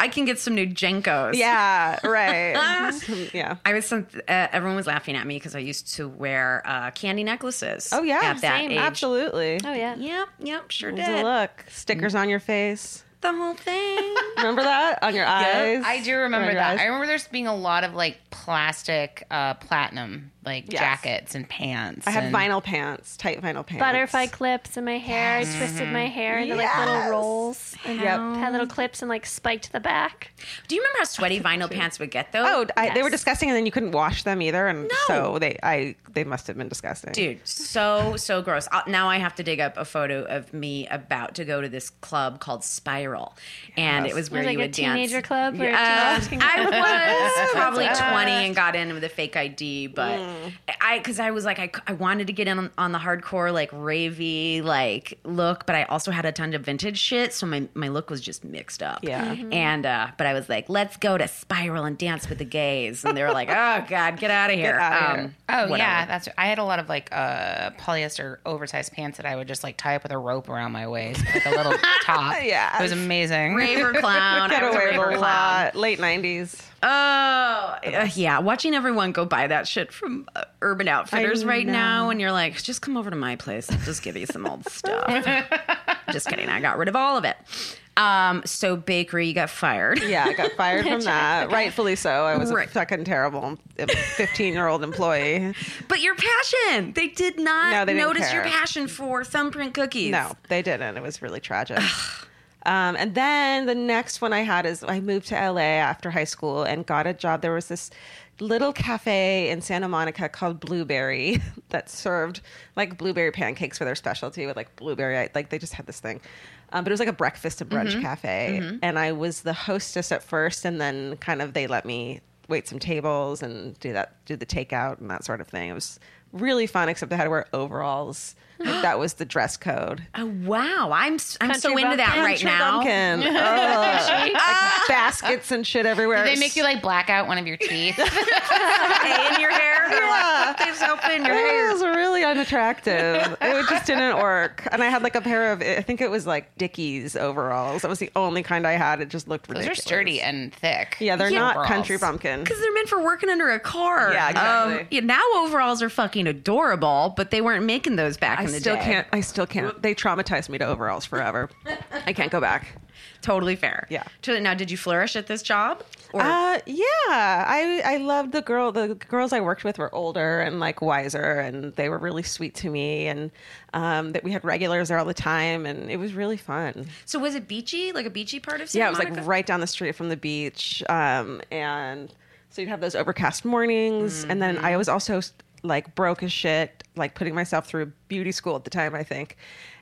[SPEAKER 2] I can get some new Jenkos.
[SPEAKER 5] yeah. Right. Some- yeah.
[SPEAKER 2] I was some, uh, everyone was laughing at me because I used to wear uh, candy necklaces.
[SPEAKER 5] Oh yeah.
[SPEAKER 2] at that
[SPEAKER 4] Same.
[SPEAKER 2] age.
[SPEAKER 5] Absolutely.
[SPEAKER 4] Oh yeah.
[SPEAKER 2] Yep, yep, sure
[SPEAKER 5] There's a
[SPEAKER 2] did.
[SPEAKER 5] Look, stickers on your face.
[SPEAKER 2] The whole
[SPEAKER 5] (laughs)
[SPEAKER 2] thing.
[SPEAKER 5] Remember that on your eyes?
[SPEAKER 1] I
[SPEAKER 5] (laughs)
[SPEAKER 1] do
[SPEAKER 5] On
[SPEAKER 1] remember
[SPEAKER 5] your
[SPEAKER 1] that.
[SPEAKER 5] eyes?
[SPEAKER 1] I remember there's being a lot of like plastic uh, platinum like
[SPEAKER 5] Yes.
[SPEAKER 1] jackets and pants.
[SPEAKER 5] I had
[SPEAKER 1] and-
[SPEAKER 5] vinyl pants, tight vinyl pants.
[SPEAKER 4] Butterfly clips in my hair. I twisted my hair into like
[SPEAKER 5] Yes.
[SPEAKER 4] little rolls. And
[SPEAKER 5] Yep.
[SPEAKER 4] had little clips and like spiked the back.
[SPEAKER 2] Do you remember how sweaty vinyl pants would get though?
[SPEAKER 5] Oh, I, they were disgusting, and then you couldn't wash them either, and so they, I, they must have been disgusting.
[SPEAKER 2] Dude, so so gross. i now I have to dig up a photo of me about to go to this club called Spiral, and it was where
[SPEAKER 4] Like
[SPEAKER 2] you
[SPEAKER 4] a
[SPEAKER 2] would dance.
[SPEAKER 4] teenager club or a
[SPEAKER 2] Uh,
[SPEAKER 4] teenage-
[SPEAKER 2] I was probably 20 and got in with a fake ID, but I because I was like I, c- I wanted to get in on, on the hardcore like ravey like look, but I also had a ton of vintage shit, so my my look was just mixed up.
[SPEAKER 5] Yeah.
[SPEAKER 2] and uh, but I was like, let's go to Spiral and dance with the gays, and they were like, oh god, get out of here. Um,
[SPEAKER 5] outta here.
[SPEAKER 1] Oh yeah, that's. I had a lot of like uh, polyester oversized pants that I would just like tie up with a rope around my waist, like a little
[SPEAKER 5] (laughs)
[SPEAKER 1] top.
[SPEAKER 5] Yes.
[SPEAKER 1] it was amazing.
[SPEAKER 2] Raver clown. I
[SPEAKER 5] Got
[SPEAKER 2] was a
[SPEAKER 5] away with
[SPEAKER 2] raver
[SPEAKER 5] a
[SPEAKER 2] clown.
[SPEAKER 5] lot. Late nineties.
[SPEAKER 2] Oh, uh, yeah. Watching everyone go buy that shit from uh, Urban Outfitters right now, and you're like, just come over to my place. I'll just give you some
[SPEAKER 5] (laughs)
[SPEAKER 2] old stuff. just kidding. I got rid of all of it. Um, so bakery, you got fired.
[SPEAKER 5] Yeah, I got fired from that. Rightfully so. I was
[SPEAKER 2] Right.
[SPEAKER 5] a fucking terrible fifteen-year-old employee.
[SPEAKER 2] But your passion, they did not
[SPEAKER 5] No, they didn't
[SPEAKER 2] notice your
[SPEAKER 5] care.
[SPEAKER 2] passion for thumbprint cookies.
[SPEAKER 5] No, they didn't. It was really tragic. Um, and then the next one I had is I moved to LA after high school and got a job. There was this little cafe in Santa Monica called Blueberry (laughs) that served like blueberry pancakes for their specialty with like blueberry. Like they just had this thing. Um, but it was like a breakfast and brunch cafe. And I was the hostess at first, and then kind of they let me wait some tables and do that, do the takeout and that sort of thing. It was really fun, except I had to wear overalls. Like, that was the dress code.
[SPEAKER 2] Oh, wow, I'm s- I'm so
[SPEAKER 4] Country
[SPEAKER 2] into that
[SPEAKER 4] bumpkin.
[SPEAKER 2] right
[SPEAKER 5] Country
[SPEAKER 2] now.
[SPEAKER 5] bumpkin. Ugh. (laughs) Like baskets and shit everywhere.
[SPEAKER 1] Did they make you like black out one of
[SPEAKER 5] (laughs)
[SPEAKER 1] your teeth?
[SPEAKER 2] Hey, in your hair. They've soap in your hair.
[SPEAKER 5] It was really unattractive. it just didn't work. And I had like a pair of, I think it was like Dickies overalls. That was the only kind I had. It just looked
[SPEAKER 1] Those are
[SPEAKER 5] ridiculous.
[SPEAKER 1] sturdy and thick.
[SPEAKER 5] Yeah, they're
[SPEAKER 1] Yeah.
[SPEAKER 5] not
[SPEAKER 1] Overalls.
[SPEAKER 5] country bumpkin.
[SPEAKER 2] Because they're meant for working under a car. Um,
[SPEAKER 5] Yeah, exactly.
[SPEAKER 2] yeah, now overalls are fucking adorable, but they weren't making those back
[SPEAKER 5] I
[SPEAKER 2] in the
[SPEAKER 5] still
[SPEAKER 2] day.
[SPEAKER 5] can't. I still can't. They traumatized me to overalls forever. I can't go back.
[SPEAKER 2] Totally fair.
[SPEAKER 5] Yeah.
[SPEAKER 2] To- Now, did you flourish at this job? Or
[SPEAKER 5] Uh, yeah, I I loved the girl. The girls I worked with were older and like wiser, and they were really sweet to me. And um, that we had regulars there all the time, and it was really fun.
[SPEAKER 2] so was it beachy? Like a beachy part of Santa
[SPEAKER 5] Yeah, it was like
[SPEAKER 2] Monica?
[SPEAKER 5] right down the street from the beach, um, and so you'd have those overcast mornings, and then
[SPEAKER 2] Mm-hmm.
[SPEAKER 5] I was also like broke as shit, like putting myself through beauty school at the time, I think.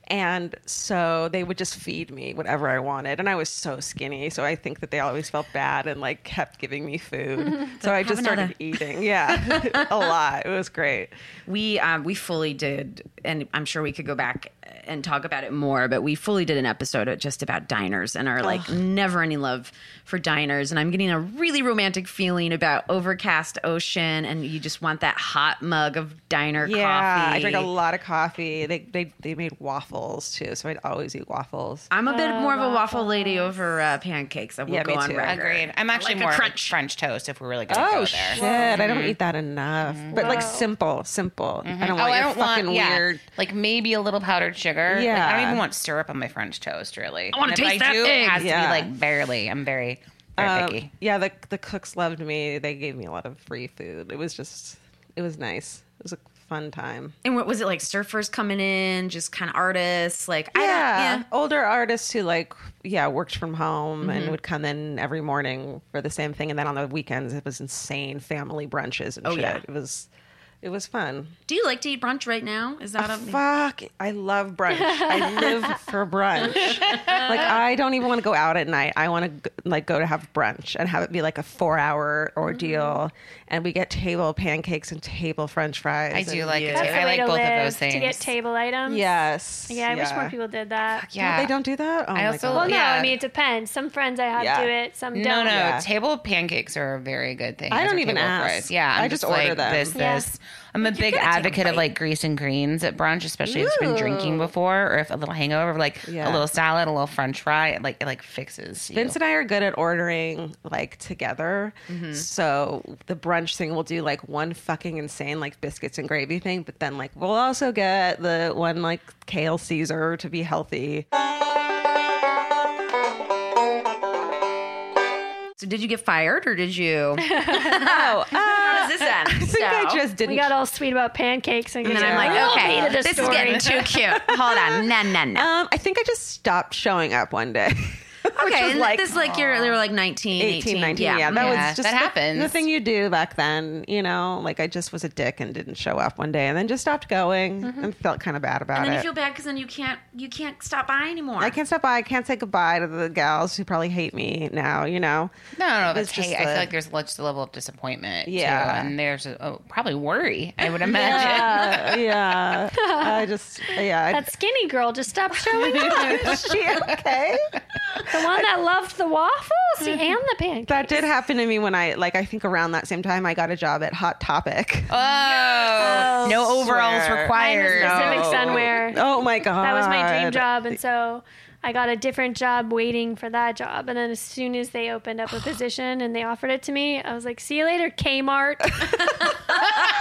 [SPEAKER 5] And so they would just feed me whatever I wanted, and I was so skinny, so I think that they always felt bad and like kept giving
[SPEAKER 2] (laughs)
[SPEAKER 5] me food. so I just started
[SPEAKER 2] another.
[SPEAKER 5] eating, yeah, (laughs) a lot. It was great.
[SPEAKER 2] we um, we fully did, and I'm sure we could go back and talk about it more. But we fully did an episode of- just about diners and our like never any love for diners. And I'm getting a really romantic feeling about overcast ocean, and you just want that hot mug of diner
[SPEAKER 5] Yeah,
[SPEAKER 2] coffee.
[SPEAKER 5] I drank a lot of coffee. They they they made waffles too, so I'd always eat waffles.
[SPEAKER 2] I'm a bit more of a waffle lady over uh, pancakes. I will
[SPEAKER 5] Yeah,
[SPEAKER 2] go
[SPEAKER 5] me
[SPEAKER 2] on
[SPEAKER 5] too.
[SPEAKER 2] record.
[SPEAKER 1] Agreed. I'm actually
[SPEAKER 2] like a
[SPEAKER 1] more like
[SPEAKER 2] crunch.
[SPEAKER 1] French toast if we're really going to
[SPEAKER 5] Oh
[SPEAKER 1] go
[SPEAKER 5] shit!
[SPEAKER 1] there.
[SPEAKER 5] I don't eat that enough. But like simple, simple. I don't
[SPEAKER 1] Oh,
[SPEAKER 5] want
[SPEAKER 1] I
[SPEAKER 5] your
[SPEAKER 1] don't
[SPEAKER 5] fucking
[SPEAKER 1] want yeah,
[SPEAKER 5] weird.
[SPEAKER 1] like maybe a little powdered sugar. Like, I don't
[SPEAKER 5] Yeah.
[SPEAKER 1] even want syrup on my French toast. Really, I
[SPEAKER 2] wanna taste
[SPEAKER 1] I
[SPEAKER 2] that
[SPEAKER 1] do,
[SPEAKER 2] thing.
[SPEAKER 1] It has
[SPEAKER 5] Yeah.
[SPEAKER 1] to be like barely. I'm very, very
[SPEAKER 5] Um,
[SPEAKER 1] picky.
[SPEAKER 5] yeah, the the cooks loved me. They gave me a lot of free food. It was just, it was nice. It was a fun time.
[SPEAKER 2] And what was it like? Surfers coming in, just kind of artists. Like
[SPEAKER 5] Yeah,
[SPEAKER 2] I don't, yeah.
[SPEAKER 5] older artists who like yeah worked from home
[SPEAKER 1] Mm-hmm.
[SPEAKER 5] and would come in every
[SPEAKER 1] Oh,
[SPEAKER 5] morning for the same thing, and then on the weekends it was insane family brunches and shit.
[SPEAKER 2] yeah.
[SPEAKER 5] It was It was fun.
[SPEAKER 2] Do you like to eat brunch right now? Is that a
[SPEAKER 5] Fuck, I love brunch.
[SPEAKER 4] (laughs)
[SPEAKER 5] I live for brunch. Like I don't even want to go out at night. I want to like go to have brunch and have it be like a 4-hour ordeal
[SPEAKER 4] Mm.
[SPEAKER 5] and we get table pancakes and table french fries.
[SPEAKER 1] I do
[SPEAKER 5] and-
[SPEAKER 1] like it.
[SPEAKER 4] That's the
[SPEAKER 1] I
[SPEAKER 4] way
[SPEAKER 1] like
[SPEAKER 4] to
[SPEAKER 1] both
[SPEAKER 4] live,
[SPEAKER 1] of those things.
[SPEAKER 4] to get table items.
[SPEAKER 5] Yes.
[SPEAKER 4] Yeah, I wish more people did that.
[SPEAKER 1] yeah.
[SPEAKER 5] They don't do that. Oh
[SPEAKER 1] I
[SPEAKER 5] my
[SPEAKER 1] also-
[SPEAKER 5] God.
[SPEAKER 4] Well, no,
[SPEAKER 1] Yeah.
[SPEAKER 4] I mean it depends. Some friends I have
[SPEAKER 5] Yeah.
[SPEAKER 4] do it, some
[SPEAKER 1] No,
[SPEAKER 4] don't.
[SPEAKER 1] no.
[SPEAKER 5] Yeah.
[SPEAKER 1] Table pancakes are a very good thing.
[SPEAKER 5] I
[SPEAKER 1] as
[SPEAKER 5] don't
[SPEAKER 1] are
[SPEAKER 5] even
[SPEAKER 1] table
[SPEAKER 5] ask.
[SPEAKER 1] fries. Yeah, I'm
[SPEAKER 5] I just order
[SPEAKER 1] like,
[SPEAKER 5] them.
[SPEAKER 1] This,
[SPEAKER 4] Yeah.
[SPEAKER 1] this. I'm a big advocate of like grease and greens at brunch, especially if it's been drinking before or if a little hangover, like
[SPEAKER 5] Yeah.
[SPEAKER 1] a little salad, a little French fry, it, like it like fixes. You.
[SPEAKER 5] Vince and I are good at ordering like together.
[SPEAKER 1] Mm-hmm.
[SPEAKER 5] So the brunch thing we'll do like one fucking insane like biscuits and gravy thing, but then like we'll also get the one like kale Caesar to be healthy.
[SPEAKER 2] So did you get fired or did
[SPEAKER 5] (laughs)
[SPEAKER 2] you? (laughs)
[SPEAKER 5] Oh,
[SPEAKER 2] How does this end?
[SPEAKER 5] I think I
[SPEAKER 2] So-
[SPEAKER 5] just didn't.
[SPEAKER 4] We got all sweet about pancakes and,
[SPEAKER 2] and then
[SPEAKER 4] got
[SPEAKER 2] I'm
[SPEAKER 4] all
[SPEAKER 2] like,
[SPEAKER 4] beat
[SPEAKER 2] okay,
[SPEAKER 4] of the
[SPEAKER 2] this is
[SPEAKER 4] story.
[SPEAKER 2] getting too cute. Hold on, no, no, no.
[SPEAKER 5] um, I think I just stopped showing up one day. (laughs) Which
[SPEAKER 2] Okay,
[SPEAKER 5] was
[SPEAKER 2] and
[SPEAKER 5] like
[SPEAKER 2] this is like you're they were like 19,
[SPEAKER 5] 18, 19. Yeah, that
[SPEAKER 1] Yeah,
[SPEAKER 5] was just
[SPEAKER 1] that
[SPEAKER 5] the-
[SPEAKER 1] happens.
[SPEAKER 5] The, thing you do back then, you know, like I just was a dick and didn't show up one day and then just stopped going and felt kind of bad about
[SPEAKER 2] And
[SPEAKER 5] it.
[SPEAKER 2] then you feel bad because then you can't you can't stop by anymore.
[SPEAKER 5] I can't stop by. I can't say goodbye to the gals who probably hate me now, you know?
[SPEAKER 1] No, no, no
[SPEAKER 5] It's
[SPEAKER 1] that's
[SPEAKER 5] just
[SPEAKER 1] hate. I feel
[SPEAKER 5] the-
[SPEAKER 1] like there's le- just a level of disappointment.
[SPEAKER 5] Yeah.
[SPEAKER 1] too, and there's a, oh, probably worry. I would imagine. (laughs)
[SPEAKER 5] Uh, yeah. I just, yeah.
[SPEAKER 4] That skinny girl just stopped showing up.
[SPEAKER 5] Is she okay?
[SPEAKER 4] The one that loved the waffles and the pancakes.
[SPEAKER 5] That did happen to me when I, like, I think around that same time I got a job at Hot Topic.
[SPEAKER 1] Oh, no overalls
[SPEAKER 5] Swear.
[SPEAKER 1] required.
[SPEAKER 4] Mine was Pacific Sunwear.
[SPEAKER 5] Oh my God.
[SPEAKER 4] That was my dream job, and so I got a different job waiting for that job. And then as soon as they opened up a position and they offered it to me, I was like, "See you later,
[SPEAKER 5] (laughs)
[SPEAKER 4] Kmart.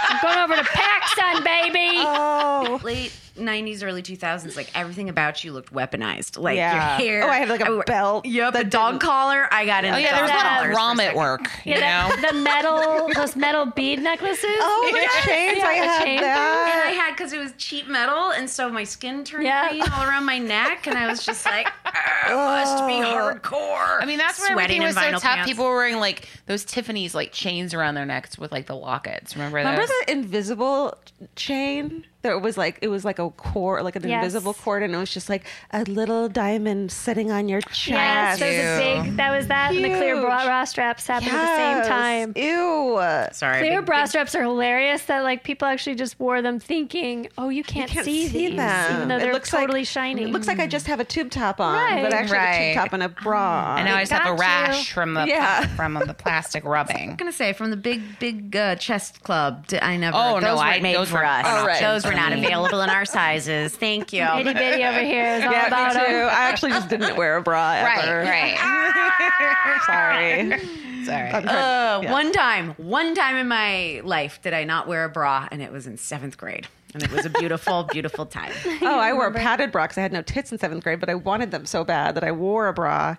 [SPEAKER 4] I'm going over to PacSun, baby."
[SPEAKER 5] Oh.
[SPEAKER 2] Late 90s, early 2000s, like everything about you looked weaponized. Like
[SPEAKER 5] Yeah.
[SPEAKER 2] your hair.
[SPEAKER 5] Oh, I had, like, a
[SPEAKER 2] a
[SPEAKER 5] belt
[SPEAKER 2] Yep,
[SPEAKER 5] that
[SPEAKER 2] a dog
[SPEAKER 5] didn't-
[SPEAKER 2] collar. I got in.
[SPEAKER 1] Oh yeah, there was a lot of rom at work. You
[SPEAKER 4] yeah, (laughs)
[SPEAKER 1] know.
[SPEAKER 4] that- the metal, those metal bead necklaces.
[SPEAKER 5] Oh, the chains. I
[SPEAKER 4] the
[SPEAKER 5] had
[SPEAKER 4] chain
[SPEAKER 5] that.
[SPEAKER 2] And I had because it was cheap metal, and so my skin turned
[SPEAKER 4] Yeah.
[SPEAKER 2] green all around my neck, and I was just like, "Ah, must be hardcore.
[SPEAKER 1] I mean, that's where
[SPEAKER 2] Sweating
[SPEAKER 1] everything
[SPEAKER 2] in
[SPEAKER 1] was so
[SPEAKER 2] vinyl
[SPEAKER 1] tough.
[SPEAKER 2] pants.
[SPEAKER 1] People were wearing like those Tiffany's like chains around their necks with like the lockets. Remember,
[SPEAKER 5] Remember
[SPEAKER 1] those?
[SPEAKER 5] the invisible chain? There was like it was like a cord, like an
[SPEAKER 4] Yes.
[SPEAKER 5] invisible cord, and it was just like a little diamond sitting on your chest.
[SPEAKER 4] Yes, that was a big. That was that, and the clear
[SPEAKER 5] Huge.
[SPEAKER 4] bra, bra straps happened at the
[SPEAKER 5] Yes.
[SPEAKER 4] same time.
[SPEAKER 5] Ew.
[SPEAKER 2] Sorry,
[SPEAKER 4] Clear
[SPEAKER 2] big-
[SPEAKER 4] bra straps are hilarious. That like people actually just wore them thinking, "Oh, you can't,
[SPEAKER 5] Can't
[SPEAKER 4] see, these,
[SPEAKER 5] them.
[SPEAKER 4] even though
[SPEAKER 5] It
[SPEAKER 4] they're
[SPEAKER 5] looks
[SPEAKER 4] totally
[SPEAKER 5] like,
[SPEAKER 4] shiny."
[SPEAKER 5] It looks like I just have a tube top on,
[SPEAKER 4] Right.
[SPEAKER 5] but actually have a
[SPEAKER 1] Right.
[SPEAKER 5] tube top and a bra.
[SPEAKER 1] and now I just have a
[SPEAKER 4] got
[SPEAKER 1] rash
[SPEAKER 4] you.
[SPEAKER 1] from the
[SPEAKER 5] Yeah.
[SPEAKER 1] from the plastic
[SPEAKER 2] (laughs)
[SPEAKER 1] rubbing.
[SPEAKER 2] gonna say from the big big uh, chest club d- i never
[SPEAKER 1] Oh,
[SPEAKER 2] those
[SPEAKER 1] no,
[SPEAKER 2] weren't
[SPEAKER 1] I-
[SPEAKER 2] made
[SPEAKER 1] those
[SPEAKER 2] for
[SPEAKER 1] weren't
[SPEAKER 2] us
[SPEAKER 1] an
[SPEAKER 5] option
[SPEAKER 2] those were
[SPEAKER 1] for
[SPEAKER 2] not
[SPEAKER 1] me.
[SPEAKER 2] available in our sizes thank you
[SPEAKER 4] Itty bitty over here is all
[SPEAKER 5] (laughs) yeah,
[SPEAKER 4] about
[SPEAKER 5] me too.
[SPEAKER 4] them.
[SPEAKER 5] I actually just didn't wear a bra
[SPEAKER 1] Right,
[SPEAKER 5] ever.
[SPEAKER 1] right.
[SPEAKER 5] (laughs) Sorry. Um,
[SPEAKER 1] Sorry.
[SPEAKER 2] uh, one time one time in my life did i not wear a bra and it was in seventh grade and it was a beautiful beautiful time
[SPEAKER 5] Oh, I wore a padded bra because I had no tits in seventh grade, but I wanted them so bad that I wore a bra.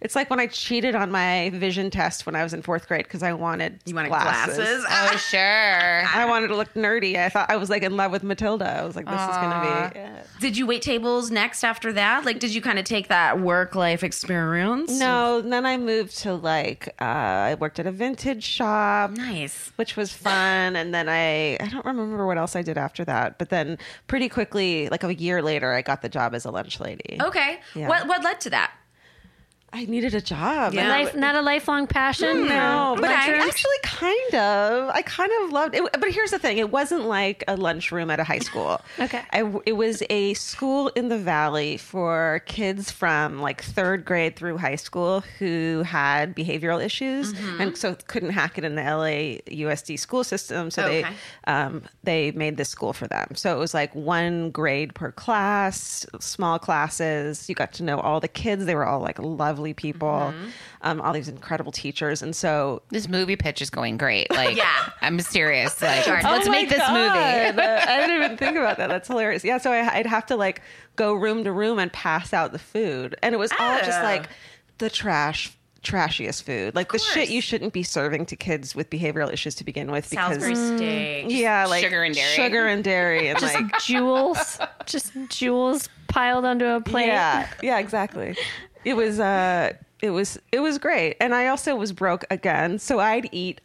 [SPEAKER 5] It's like when I cheated on my vision test when I was in fourth grade because I wanted
[SPEAKER 2] you wanted
[SPEAKER 5] glasses.
[SPEAKER 2] glasses,
[SPEAKER 1] oh sure.
[SPEAKER 5] I wanted to look nerdy. I thought I was like in love with Matilda. I was like, this is gonna be. it.
[SPEAKER 2] did you wait tables next after that like did you kind of take that work life experience
[SPEAKER 5] No, then I moved to like uh, I worked at a vintage shop.
[SPEAKER 2] nice
[SPEAKER 5] which was fun. And then I, I don't remember what else I did after that. But then pretty quickly, like a year later, I got the job as a lunch lady.
[SPEAKER 2] okay
[SPEAKER 5] Yeah.
[SPEAKER 2] what what led to that
[SPEAKER 5] I needed a job.
[SPEAKER 2] Yeah.
[SPEAKER 5] And
[SPEAKER 4] Life, not a lifelong passion.
[SPEAKER 5] No, but I
[SPEAKER 2] Okay.
[SPEAKER 5] Hmm. actually kind of, I kind of loved it. But here's the thing: it wasn't like a lunchroom at a high (laughs) school.
[SPEAKER 4] Okay.
[SPEAKER 5] I, it was a school in the valley for kids from like third grade through high school who had behavioral issues and so couldn't hack it in the LA USD school system. So
[SPEAKER 2] Okay.
[SPEAKER 5] they um, they made this school for them. So it was like one grade per class, small classes. You got to know all the kids. They were all like lovely people. Um, all these incredible teachers, and so
[SPEAKER 1] This movie pitch is going great. Like,
[SPEAKER 2] Yeah.
[SPEAKER 1] I'm serious. Like,
[SPEAKER 2] Sure.
[SPEAKER 1] let's
[SPEAKER 5] Oh my
[SPEAKER 1] make this movie.
[SPEAKER 5] God. Uh, (laughs) I didn't even think about that. That's hilarious. Yeah, so I, I'd have to like go room to room and pass out the food, and it was all just
[SPEAKER 2] Oh.
[SPEAKER 5] like the trash, trashiest food, like the shit
[SPEAKER 2] course.
[SPEAKER 5] you shouldn't be serving to kids with behavioral issues to begin with.
[SPEAKER 2] salisbury steak
[SPEAKER 5] Mm, yeah, like
[SPEAKER 1] Sugar and dairy.
[SPEAKER 5] sugar and dairy, and like (laughs)
[SPEAKER 4] jewels, just jewels piled onto a plate.
[SPEAKER 5] yeah, yeah, exactly. It was. uh it was it was great, and I also was broke again, so I'd eat.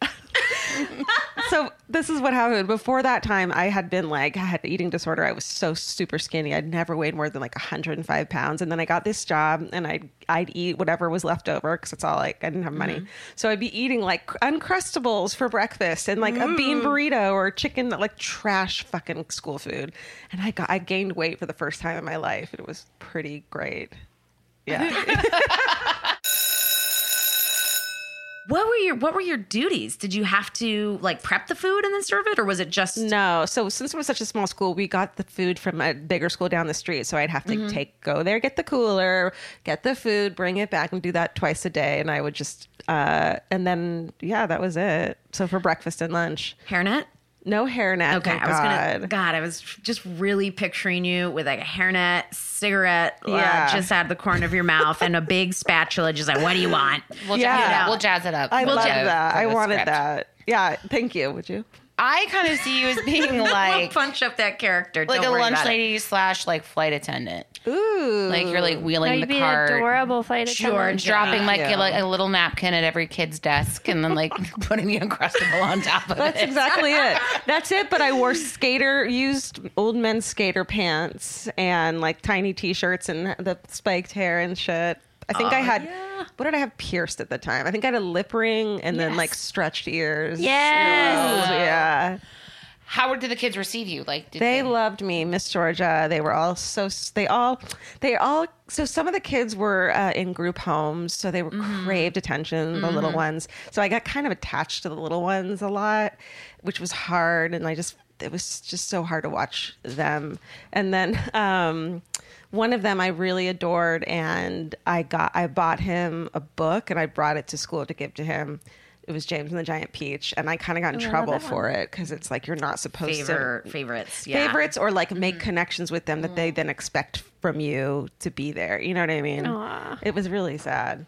[SPEAKER 5] so this is what happened. Before that time, I had been like, I had an eating disorder. I was so super skinny. I'd never weighed more than like 105 pounds. And then I got this job, and I'd I'd eat whatever was left over because it's all like I didn't have money. So I'd be eating like uncrustables for breakfast and like a bean burrito or chicken, like trash fucking school food. And I got I gained weight for the first time in my life. It was pretty great. Yeah.
[SPEAKER 2] What were your What were your duties? Did you have to like prep the food and then serve it, or was it just
[SPEAKER 5] No. So since it was such a small school, we got the food from a bigger school down the street. So I'd have
[SPEAKER 2] Mm-hmm.
[SPEAKER 5] to take go there, get the cooler, get the food, bring it back, and do that twice a day. And I would just uh, and then yeah, that was it. So for breakfast and lunch,
[SPEAKER 2] hairnet?
[SPEAKER 5] no hairnet.
[SPEAKER 2] Okay,
[SPEAKER 5] thank
[SPEAKER 2] I was
[SPEAKER 5] Oh, God.
[SPEAKER 2] gonna. God, I was just really picturing you with like a hairnet, cigarette,
[SPEAKER 5] Yeah.
[SPEAKER 2] uh, just out of the corner of your mouth, and a
[SPEAKER 5] (laughs)
[SPEAKER 2] big spatula. Just like, what do you want?
[SPEAKER 1] We'll jazz it
[SPEAKER 5] Yeah.
[SPEAKER 1] up. We'll jazz it up.
[SPEAKER 5] I
[SPEAKER 1] We'll
[SPEAKER 5] love
[SPEAKER 1] jazz-
[SPEAKER 5] that.
[SPEAKER 1] for
[SPEAKER 5] I
[SPEAKER 1] the
[SPEAKER 5] wanted
[SPEAKER 1] script.
[SPEAKER 5] that. Yeah. Thank you. Would you?
[SPEAKER 1] I kind of see you as
[SPEAKER 2] (laughs)
[SPEAKER 1] being
[SPEAKER 2] We'll
[SPEAKER 1] like
[SPEAKER 2] punch up that character.
[SPEAKER 1] like
[SPEAKER 2] Don't
[SPEAKER 1] a
[SPEAKER 2] worry
[SPEAKER 1] lunch
[SPEAKER 2] about it.
[SPEAKER 1] lady slash like flight attendant.
[SPEAKER 5] Ooh.
[SPEAKER 1] Like you're like
[SPEAKER 4] No,
[SPEAKER 1] wheeling
[SPEAKER 4] you'd
[SPEAKER 1] the
[SPEAKER 4] be
[SPEAKER 1] cart.
[SPEAKER 4] an adorable flight attendant.
[SPEAKER 2] George.
[SPEAKER 1] dropping like, a,
[SPEAKER 5] Yeah.
[SPEAKER 1] like a little napkin at every kid's desk and then like (laughs) putting the uncrustable on top of
[SPEAKER 5] That's
[SPEAKER 1] it.
[SPEAKER 5] exactly it. That's it. But I wore skater, used old men's skater pants and like tiny t shirts and the spiked hair and shit. I think I had, what did I have pierced at the time? I think I had a lip ring and then like stretched ears.
[SPEAKER 4] Yes.
[SPEAKER 5] Yeah.
[SPEAKER 1] How did the kids receive you? Like did
[SPEAKER 5] They loved me, Miss Georgia. They were all so they all they all so some of the kids were uh, in group homes, so they were craved attention, the little ones. So I got kind of attached to the little ones a lot, which was hard and I just it was just so hard to watch them. And then um one of them I really adored and I got I bought him a book and I brought it to school to give to him. It was James and the Giant Peach, and Oh, I kind of got in trouble for it because it's like you're not supposed to
[SPEAKER 2] Favor, favorites. Yeah. Mm-hmm.
[SPEAKER 5] favorites or like make connections with them that they then expect from you to be there. You know what I mean? It was really sad.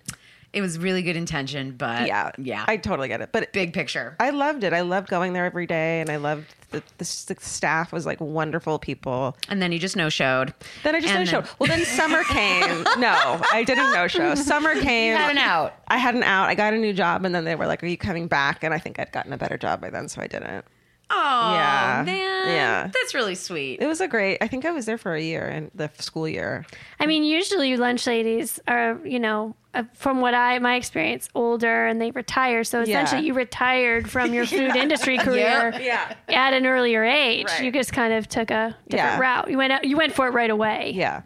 [SPEAKER 2] It was really good intention, but
[SPEAKER 5] Yeah.
[SPEAKER 2] yeah.
[SPEAKER 5] I totally get it. But
[SPEAKER 2] Big picture.
[SPEAKER 5] I loved it. I loved going there every day and I loved the, the, s- the staff was like wonderful people.
[SPEAKER 2] and then you just no showed.
[SPEAKER 5] Then I just no
[SPEAKER 2] And
[SPEAKER 5] showed. Well, then summer came.
[SPEAKER 2] (laughs)
[SPEAKER 5] No, I didn't no show. Summer came.
[SPEAKER 1] had an out.
[SPEAKER 5] I had an out. I got a new job, and then they were like, "Are you coming back?" And I think I'd gotten a better job by then, so I didn't.
[SPEAKER 2] Oh
[SPEAKER 5] Yeah.
[SPEAKER 2] man.
[SPEAKER 5] Yeah.
[SPEAKER 2] That's really sweet.
[SPEAKER 5] It was a great. I think I was there for a year in the school year.
[SPEAKER 4] I mean, usually lunch ladies are, you know, uh, from what I my experience, older and they retire. So
[SPEAKER 5] Yeah.
[SPEAKER 4] essentially, you retired from your
[SPEAKER 5] (laughs)
[SPEAKER 4] food industry career at an earlier age.
[SPEAKER 5] Right.
[SPEAKER 4] You just kind of took a different
[SPEAKER 5] Yeah.
[SPEAKER 4] route. You went out, you went for it right away.
[SPEAKER 5] yeah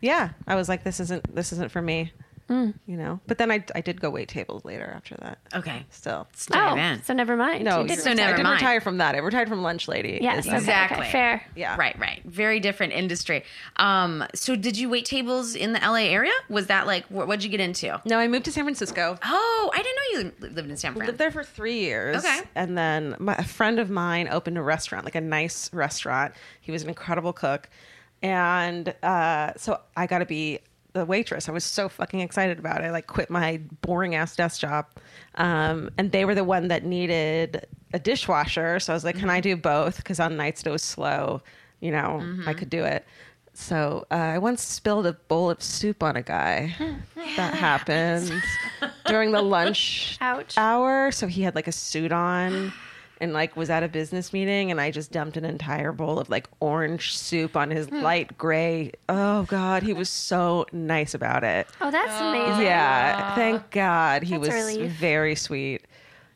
[SPEAKER 5] yeah i was like this isn't this isn't for me you know but then I, I did go wait tables later after that
[SPEAKER 2] okay.
[SPEAKER 5] still
[SPEAKER 2] Oh,
[SPEAKER 4] Oh, so never mind.
[SPEAKER 5] no
[SPEAKER 4] You did
[SPEAKER 5] so
[SPEAKER 2] never
[SPEAKER 5] i didn't
[SPEAKER 2] mind.
[SPEAKER 5] retire from that i retired from lunch lady
[SPEAKER 4] Yes,
[SPEAKER 5] Is
[SPEAKER 4] okay,
[SPEAKER 5] that-
[SPEAKER 2] Exactly.
[SPEAKER 4] okay, fair.
[SPEAKER 5] yeah
[SPEAKER 2] Right, right. Very different industry. Um, so did you wait tables in the LA area? Was that like wh- what'd you get into?
[SPEAKER 5] no i moved to san francisco
[SPEAKER 2] Oh, I didn't know you li- lived in San Fran.
[SPEAKER 5] lived there for three years.
[SPEAKER 2] Okay.
[SPEAKER 5] And then my, a friend of mine opened a restaurant, like a nice restaurant. He was an incredible cook. And uh, so I got to be the waitress. I was so fucking excited about it. I like quit my boring ass desk job. Um, and they were the one that needed a dishwasher. So I was like, can I do both? Because on nights it was slow, you know, I could do it. So uh, I once spilled a bowl of soup on a guy. that happened during the lunch
[SPEAKER 4] Ouch.
[SPEAKER 5] hour. So he had like a suit on (gasps) and like was at a business meeting and I just dumped an entire bowl of like orange soup on his light gray. Oh God, he was so nice about it.
[SPEAKER 4] Oh, that's amazing.
[SPEAKER 5] Yeah. Thank God. He
[SPEAKER 4] That's a
[SPEAKER 5] was
[SPEAKER 4] relief.
[SPEAKER 5] very sweet.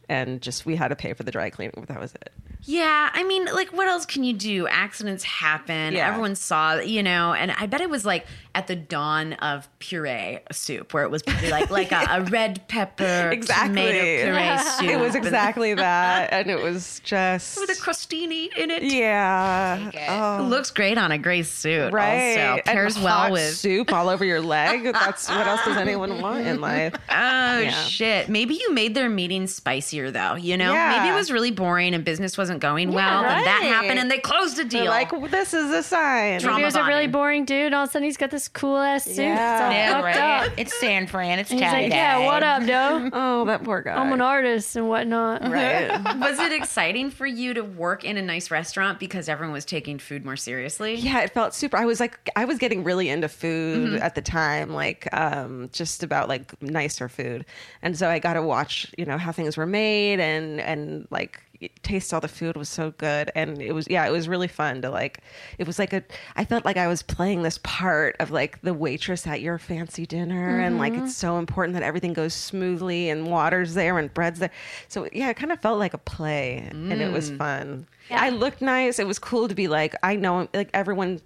[SPEAKER 5] And just we had to pay for the dry cleaning, but that was it.
[SPEAKER 2] Yeah, I mean, like, what else can you do? Accidents happen.
[SPEAKER 5] Yeah.
[SPEAKER 2] Everyone saw, you know, and I bet it was like at the dawn of puree soup, where it was probably
[SPEAKER 5] (laughs)
[SPEAKER 2] like like a, a red pepper
[SPEAKER 5] Exactly.
[SPEAKER 2] tomato puree soup.
[SPEAKER 5] (laughs) It was exactly that. And it was just
[SPEAKER 2] with a crustini in it.
[SPEAKER 5] Yeah.
[SPEAKER 2] It looks great on a gray suit.
[SPEAKER 5] right
[SPEAKER 2] Also
[SPEAKER 5] And
[SPEAKER 2] pairs
[SPEAKER 5] hot
[SPEAKER 2] well with.
[SPEAKER 5] soup all over your leg that's what else does anyone want in life
[SPEAKER 2] (laughs) Oh
[SPEAKER 5] Yeah.
[SPEAKER 2] shit! Maybe you made their meeting spicier, though. You know,
[SPEAKER 5] Yeah.
[SPEAKER 2] maybe it was really boring and business wasn't going well. Then that
[SPEAKER 5] right.
[SPEAKER 2] happened, and they closed the deal.
[SPEAKER 5] You're like "Well, this is a sign
[SPEAKER 2] Drama
[SPEAKER 4] Maybe it was a
[SPEAKER 2] bonding.
[SPEAKER 4] really boring dude. And all of a sudden, he's got this cool ass suit.
[SPEAKER 5] Yeah.
[SPEAKER 4] It's all
[SPEAKER 1] Yeah,
[SPEAKER 4] fucked
[SPEAKER 1] right.
[SPEAKER 4] up.
[SPEAKER 1] It's San Fran. It's
[SPEAKER 4] He's like, yeah, what up, doe?
[SPEAKER 5] oh that poor guy
[SPEAKER 4] I'm an artist and whatnot.
[SPEAKER 5] Right.
[SPEAKER 2] was it exciting for you to work in a nice restaurant because everyone was taking food more seriously? (laughs)
[SPEAKER 5] yeah it felt super i was like i was getting really into food at the time like um just about like nicer food and so i got to watch you know how things were made and and like taste all the food was so good and it was yeah it was really fun to like it was like a i felt like i was playing this part of like the waitress at your fancy dinner and like it's so important that everything goes smoothly and water's there and bread's there so yeah it kind of felt like a play and it was fun i looked nice it was cool to be like i know like everyone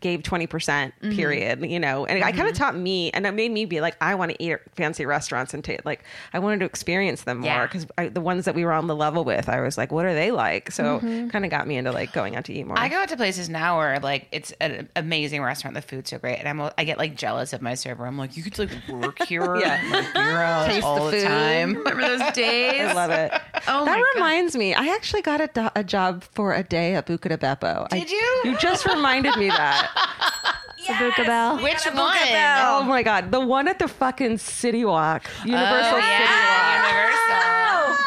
[SPEAKER 5] gave 20% percent
[SPEAKER 2] Mm-hmm.
[SPEAKER 5] period you know and I kind of taught me and it made me be like i want to eat at fancy restaurants and take like i wanted to experience them more
[SPEAKER 2] Yeah.
[SPEAKER 5] because because the ones that we were on the level with, I was like, what are they like? So
[SPEAKER 2] Mm-hmm.
[SPEAKER 5] kind of got me into like going out to eat more.
[SPEAKER 1] I go out to places now where like it's an amazing restaurant, the food's so great, and I'm I get like jealous of my server. I'm like, you could like work here, yeah. like, you're out
[SPEAKER 5] Taste the
[SPEAKER 1] all the,
[SPEAKER 5] food.
[SPEAKER 1] time.
[SPEAKER 2] Remember those days?
[SPEAKER 5] I love it.
[SPEAKER 2] (laughs) Oh
[SPEAKER 5] that
[SPEAKER 2] my God.
[SPEAKER 5] reminds me, I actually got a, do- a job for a day at Buca de Beppo. I-
[SPEAKER 1] Did you?
[SPEAKER 5] You just reminded
[SPEAKER 2] (laughs)
[SPEAKER 5] me that.
[SPEAKER 4] Sabuca Bell.
[SPEAKER 1] Which one?
[SPEAKER 5] oh my god, the one at the fucking City Walk,
[SPEAKER 1] Oh,
[SPEAKER 5] Universal City Walk.
[SPEAKER 1] Universal.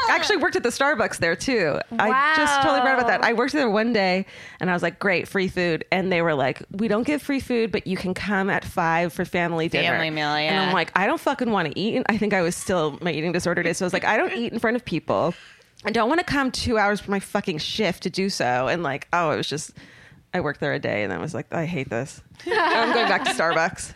[SPEAKER 5] I actually worked at the Starbucks there too. I just totally read about that. I worked there one day and I was like, great, free food. And they were like, we don't give free food, but you can come at five for family dinner.
[SPEAKER 1] Family meal,
[SPEAKER 5] And
[SPEAKER 1] yeah.
[SPEAKER 5] I'm like, I don't fucking want to eat. And I think I was still, my eating disorder days. So I was like, I don't eat in front of people. I don't want to come two hours for my fucking shift to do so. And like, oh, it was just, I worked there a day and I was like, I hate this. I'm going back
[SPEAKER 1] (laughs)
[SPEAKER 5] to Starbucks.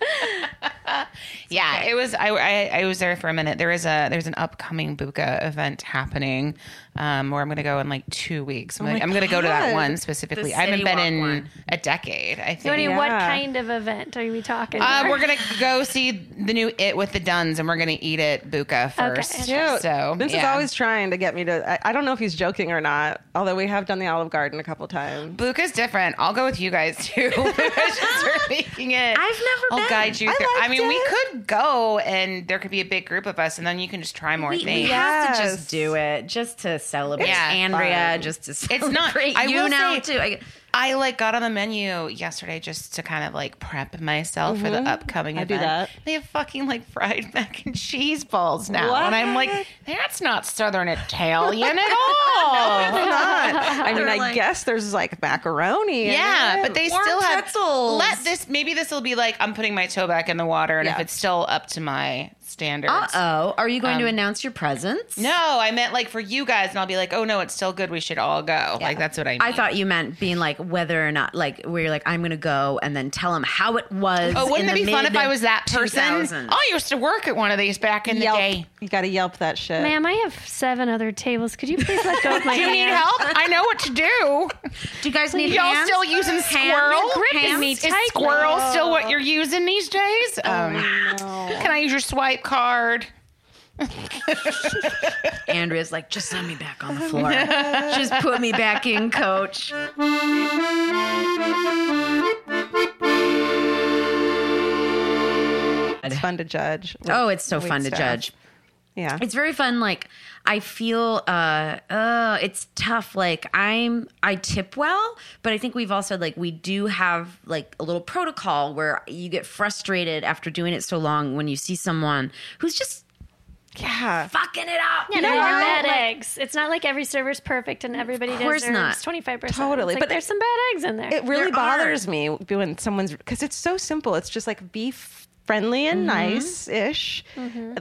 [SPEAKER 1] Yeah, it was. I, I I was there for a minute. There is a there's an upcoming Buka event happening, um, where I'm going to go in like two weeks. I'm, like, I'm going to go to that
[SPEAKER 5] God.
[SPEAKER 1] one specifically.
[SPEAKER 2] The
[SPEAKER 1] I haven't
[SPEAKER 2] City
[SPEAKER 1] been
[SPEAKER 2] Walk
[SPEAKER 1] in
[SPEAKER 2] one.
[SPEAKER 1] a decade. I think.
[SPEAKER 4] So, any, what
[SPEAKER 5] Yeah.
[SPEAKER 4] kind of event are we talking?
[SPEAKER 1] Uh,
[SPEAKER 4] here?
[SPEAKER 1] we're gonna go see the new It with the Duns, and we're gonna eat it Buka first.
[SPEAKER 5] Cute.
[SPEAKER 1] So
[SPEAKER 5] Vince is
[SPEAKER 1] yeah.
[SPEAKER 5] always trying to get me to. I, I don't know if he's joking or not. Although we have done the Olive Garden a
[SPEAKER 1] (laughs)
[SPEAKER 5] couple times.
[SPEAKER 1] Buka's different. I'll go with you guys
[SPEAKER 2] (laughs)
[SPEAKER 1] too. (laughs) Because you're making it.
[SPEAKER 2] I've never
[SPEAKER 1] I'll
[SPEAKER 2] been.
[SPEAKER 1] guide you.
[SPEAKER 5] I
[SPEAKER 1] through. I
[SPEAKER 5] liked
[SPEAKER 1] mean, we
[SPEAKER 5] it.
[SPEAKER 1] could go, and there could be a big group of us, and then you can just try more
[SPEAKER 2] We, we
[SPEAKER 1] things.
[SPEAKER 2] have to
[SPEAKER 5] Yes.
[SPEAKER 2] just do it just to celebrate
[SPEAKER 1] Yeah.
[SPEAKER 2] Andrea, just to celebrate
[SPEAKER 1] not- I
[SPEAKER 2] you
[SPEAKER 1] will
[SPEAKER 2] now
[SPEAKER 1] say-
[SPEAKER 2] too. I,
[SPEAKER 1] I like got on the menu yesterday just to kind of like prep myself for the upcoming
[SPEAKER 5] Mm-hmm. I do
[SPEAKER 1] event.
[SPEAKER 5] that.
[SPEAKER 1] They have fucking like fried (laughs) mac and cheese balls now, and I'm like, that's not Southern Italian at
[SPEAKER 5] (laughs)
[SPEAKER 1] all.
[SPEAKER 5] Not. I mean, I
[SPEAKER 2] like-
[SPEAKER 5] guess there's like macaroni. in
[SPEAKER 1] Yeah,
[SPEAKER 5] it.
[SPEAKER 1] but they
[SPEAKER 2] Or
[SPEAKER 1] still have
[SPEAKER 2] pretzels.
[SPEAKER 1] Let this maybe this will be like I'm putting my toe back in the water, and if
[SPEAKER 5] Yeah.
[SPEAKER 1] it's still up to my standards.
[SPEAKER 2] uh oh, are you going
[SPEAKER 1] Um,
[SPEAKER 2] to announce your presence?
[SPEAKER 1] No, I meant like for you guys, and I'll be like, oh no, it's still good. We should all go. Like that's what I. Mean.
[SPEAKER 2] I thought you meant being like whether or not like where you're like I'm gonna go and then tell him how it was.
[SPEAKER 1] Oh, wouldn't
[SPEAKER 2] in
[SPEAKER 1] it be
[SPEAKER 2] the
[SPEAKER 1] fun if I was that person? Oh,
[SPEAKER 2] mid-2000s.
[SPEAKER 1] I used to work at one of these back in the
[SPEAKER 5] Yelp.
[SPEAKER 1] day.
[SPEAKER 5] You got to yelp that shit.
[SPEAKER 4] Ma'am, I have seven other tables. Could you please let go of my
[SPEAKER 1] Do you need
[SPEAKER 4] hand?
[SPEAKER 1] help? I know what to do.
[SPEAKER 2] Do you guys need
[SPEAKER 1] Y'all
[SPEAKER 2] hands?
[SPEAKER 1] still using
[SPEAKER 2] Hand-
[SPEAKER 1] squirrel?
[SPEAKER 4] gripping
[SPEAKER 2] Hands? Oh,
[SPEAKER 4] me
[SPEAKER 1] Is
[SPEAKER 4] tightly.
[SPEAKER 1] squirrel still what you're using these days? Um, Can I use your swipe card?
[SPEAKER 2] Andrea's like, just send me back on the
[SPEAKER 1] (laughs)
[SPEAKER 2] floor. just put me back in, coach.
[SPEAKER 5] It's fun to judge.
[SPEAKER 2] Oh, it's so fun to
[SPEAKER 5] Waitstaff.
[SPEAKER 2] judge.
[SPEAKER 5] Yeah.
[SPEAKER 2] It's very fun. Like I feel, uh, uh, it's tough. Like I'm, I tip well, but I think we've all said like we do have like a little protocol where you get frustrated after doing it so long when you see someone who's just
[SPEAKER 5] yeah.
[SPEAKER 2] fucking it up.
[SPEAKER 4] Yeah, they're not bad eggs. It's not like every server's perfect and everybody
[SPEAKER 2] course not.
[SPEAKER 4] deserves twenty five percent.
[SPEAKER 5] Totally,
[SPEAKER 4] like,
[SPEAKER 5] but-
[SPEAKER 4] there's some bad eggs in there.
[SPEAKER 5] It really
[SPEAKER 2] There are.
[SPEAKER 5] bothers me when someone's because it's so simple. It's just like be f- friendly and
[SPEAKER 4] Mm-hmm.
[SPEAKER 5] nice ish.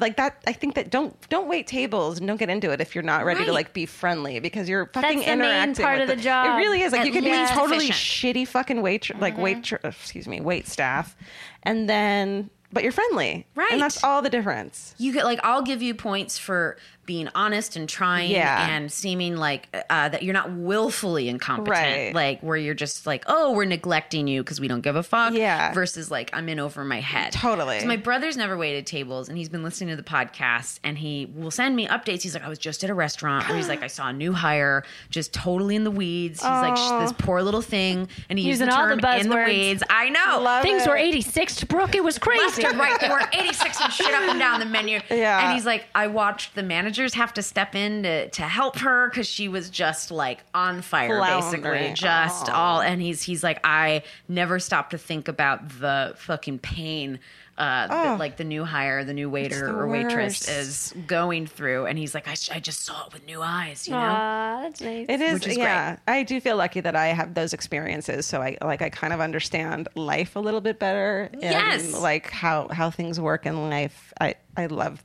[SPEAKER 5] Like that. I think that don't don't wait tables and don't get into it if you're not ready to
[SPEAKER 2] Right.
[SPEAKER 5] like be friendly because you're fucking
[SPEAKER 4] the main
[SPEAKER 5] interacting.
[SPEAKER 4] part
[SPEAKER 5] with
[SPEAKER 4] of the job.
[SPEAKER 5] It really is like
[SPEAKER 2] At
[SPEAKER 5] you could
[SPEAKER 2] least
[SPEAKER 5] be totally
[SPEAKER 2] efficient.
[SPEAKER 5] shitty fucking wait like
[SPEAKER 4] Mm-hmm.
[SPEAKER 5] wait excuse me wait staff, and then but you're friendly
[SPEAKER 2] Right.
[SPEAKER 5] and that's all the difference.
[SPEAKER 2] you get like I'll give you points for being honest and trying
[SPEAKER 5] Yeah.
[SPEAKER 2] and seeming like uh, that you're not willfully incompetent,
[SPEAKER 5] Right.
[SPEAKER 2] like where you're just like, oh, we're neglecting you because we don't give a fuck.
[SPEAKER 5] Yeah.
[SPEAKER 2] Versus like I'm in over my head.
[SPEAKER 5] Totally.
[SPEAKER 2] So my brother's never waited tables and he's been listening to the podcast and he will send me updates. He's like, I was just at a restaurant where he's like, I saw a new hire just totally in the weeds. He's like, "Sh- this poor little thing, and he
[SPEAKER 4] Using
[SPEAKER 2] used the
[SPEAKER 4] all the
[SPEAKER 2] term in the
[SPEAKER 4] buzzwords.
[SPEAKER 2] weeds. I know.
[SPEAKER 4] Things were eighty six to Brooke. It was
[SPEAKER 2] left
[SPEAKER 4] crazy.
[SPEAKER 2] and right. There were 86 and shit up and down the menu.
[SPEAKER 5] Yeah.
[SPEAKER 2] And he's like, I watched the managers have to step in to, to help her because she was just like on fire,
[SPEAKER 5] Floundering. Oh.
[SPEAKER 2] basically. Just all. And he's he's like, I never stopped to think about the fucking pain. Uh, that, like the new hire, the new waiter
[SPEAKER 5] Oh. the
[SPEAKER 2] or waitress
[SPEAKER 5] worst.
[SPEAKER 2] is going through, and he's like, I, sh- I just saw it with new eyes, you know.
[SPEAKER 4] Aw, that's nice.
[SPEAKER 5] It is,
[SPEAKER 2] Which is
[SPEAKER 5] yeah. I do feel lucky that I have those experiences, so I like I kind of understand life a little bit better. and,
[SPEAKER 2] Yes.
[SPEAKER 5] like how how things work in life. I I love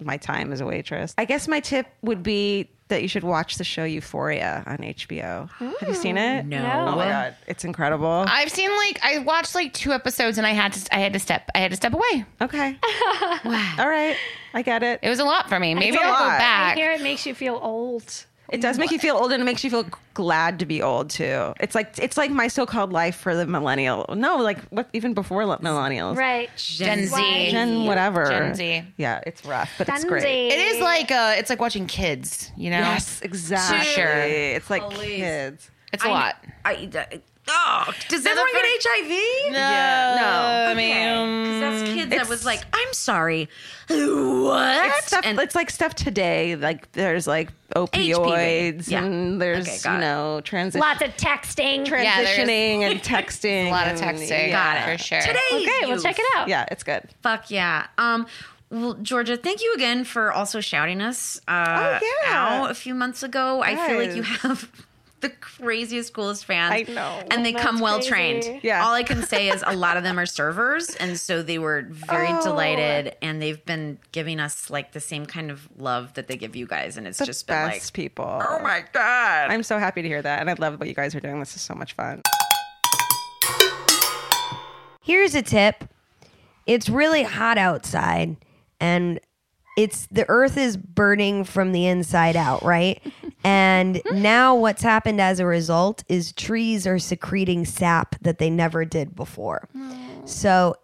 [SPEAKER 5] my time as a waitress. I guess my tip would be that you should watch the show Euphoria on HBO. Have you seen it? No. Oh my god, it's incredible.
[SPEAKER 1] I've seen like I watched like two episodes and I had to I had to step I had to step away.
[SPEAKER 2] (laughs)
[SPEAKER 5] Okay. All right. I get it.
[SPEAKER 1] It was a lot for me. Maybe
[SPEAKER 5] a
[SPEAKER 1] I'll go
[SPEAKER 5] lot.
[SPEAKER 4] I
[SPEAKER 1] back.
[SPEAKER 4] hear it makes you feel old.
[SPEAKER 5] It does make you feel old, and it makes you feel glad to be old too. It's like it's like my so-called life for the millennial. No, like what even before li- millennials,
[SPEAKER 4] Right.
[SPEAKER 1] Gen Z.
[SPEAKER 5] Gen whatever,
[SPEAKER 1] Gen Z.
[SPEAKER 5] Yeah, it's rough, but it's
[SPEAKER 4] Gen
[SPEAKER 5] great.
[SPEAKER 4] Z.
[SPEAKER 1] It is like uh it's like watching kids, you know?
[SPEAKER 5] Yes, exactly.
[SPEAKER 1] Sure.
[SPEAKER 5] It's like kids.
[SPEAKER 1] It's a lot.
[SPEAKER 2] I, I- oh, does
[SPEAKER 1] the
[SPEAKER 2] everyone
[SPEAKER 1] first-
[SPEAKER 2] get HIV? No.
[SPEAKER 1] Oh,
[SPEAKER 5] Yeah,
[SPEAKER 1] I mean,
[SPEAKER 2] Because that's kids that was like, I'm sorry. What?
[SPEAKER 5] It's stuff.
[SPEAKER 2] and
[SPEAKER 5] it's like stuff today. Like there's like opioids,
[SPEAKER 2] Yeah.
[SPEAKER 5] and there's
[SPEAKER 2] Okay, got
[SPEAKER 5] you
[SPEAKER 2] it.
[SPEAKER 5] know transi-
[SPEAKER 4] Lots of texting.
[SPEAKER 1] Yeah, there's-
[SPEAKER 5] transitioning and texting.
[SPEAKER 1] a lot of
[SPEAKER 5] and-
[SPEAKER 1] texting.
[SPEAKER 5] Yeah.
[SPEAKER 1] Got it. For sure.
[SPEAKER 2] today,
[SPEAKER 4] Okay, we'll check it out.
[SPEAKER 5] Yeah, it's good.
[SPEAKER 2] Fuck yeah. Um, well, Georgia, thank you again for also shouting us uh,
[SPEAKER 5] Oh, yeah.
[SPEAKER 2] out a few months ago. I feel like you
[SPEAKER 5] Guys.
[SPEAKER 2] have (laughs) the craziest, coolest fans.
[SPEAKER 5] I know.
[SPEAKER 2] And they come well trained.
[SPEAKER 4] crazy.
[SPEAKER 5] Yeah.
[SPEAKER 2] All I can say is a lot of them are servers. And so they were very
[SPEAKER 5] Oh.
[SPEAKER 2] delighted. And they've been giving us like the same kind of love that they give you guys. And it's
[SPEAKER 5] The
[SPEAKER 2] just been like,
[SPEAKER 5] best people.
[SPEAKER 2] oh my God.
[SPEAKER 5] I'm so happy to hear that, and I love what you guys are doing. This is so much fun.
[SPEAKER 3] Here's a tip. It's really hot outside and it's the earth is burning from the inside out, right? and now what's happened as a result is trees are secreting sap that they never did before. So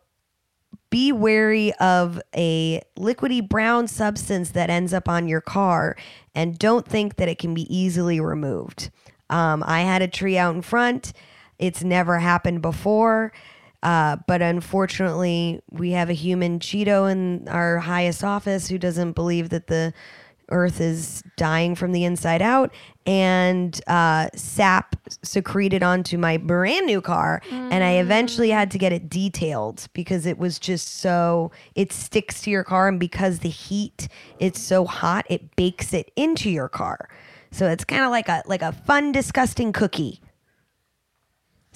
[SPEAKER 3] be wary of a liquidy brown substance that ends up on your car and don't think that it can be easily removed. Um, I had a tree out in front, it's never happened before. Uh, but unfortunately, we have a human Cheeto in our highest office who doesn't believe that the earth is dying from the inside out and uh, sap secreted onto my brand new car and i eventually had to get it detailed because it was just so it sticks to your car and because the heat it's so hot it bakes it into your car so it's kind of like a like a fun disgusting cookie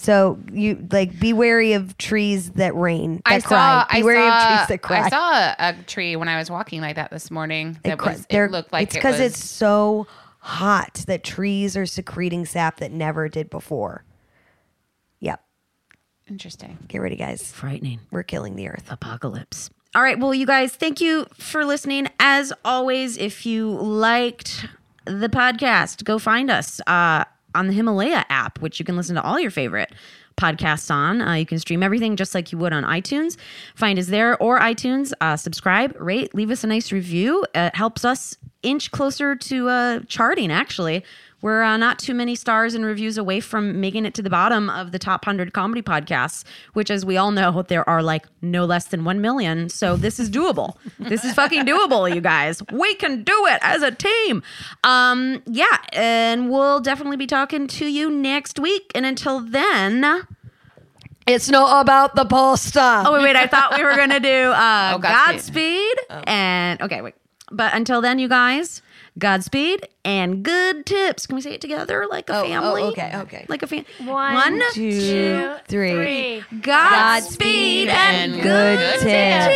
[SPEAKER 3] so you like be wary of trees that rain that
[SPEAKER 1] I
[SPEAKER 3] cry
[SPEAKER 1] saw,
[SPEAKER 3] be
[SPEAKER 1] I
[SPEAKER 3] wary of
[SPEAKER 1] saw,
[SPEAKER 3] trees that cry
[SPEAKER 1] I saw a tree when I was walking like that this morning. That
[SPEAKER 3] cra-
[SPEAKER 1] was,
[SPEAKER 3] they're-
[SPEAKER 1] it looked like
[SPEAKER 3] it's because
[SPEAKER 1] it was,
[SPEAKER 3] it's so hot that trees are secreting sap that never did before. Yep,
[SPEAKER 1] interesting.
[SPEAKER 3] get ready, guys.
[SPEAKER 2] Frightening.
[SPEAKER 3] We're killing the earth.
[SPEAKER 2] apocalypse. All right. Well, you guys, thank you for listening. As always, if you liked the podcast, go find us uh, on the Himalaya app, which you can listen to all your favorite podcasts on. Uh, you can stream everything just like you would on iTunes. Find us there or iTunes. Uh, subscribe, rate, leave us a nice review. Uh, It helps us inch closer to uh, charting, actually. We're uh, not too many stars and reviews away from making it to the bottom of the top 100 comedy podcasts, which, as we all know, there are like no less than 1 million. So this is doable. this is fucking doable, you guys. We can do it as a team. Um, yeah. And we'll definitely be talking to you next week. And until then.
[SPEAKER 3] It's not about the pasta.
[SPEAKER 2] Oh, wait, wait. I thought we were going to (laughs) do uh, Godspeed. Oh.
[SPEAKER 1] Godspeed.
[SPEAKER 2] And okay, wait. But until then, you guys, Godspeed and good tips. Can we say it together like a family?
[SPEAKER 3] okay, okay.
[SPEAKER 2] Like a family.
[SPEAKER 4] One, two,
[SPEAKER 3] three.
[SPEAKER 4] three.
[SPEAKER 2] Godspeed and good
[SPEAKER 3] Good tip.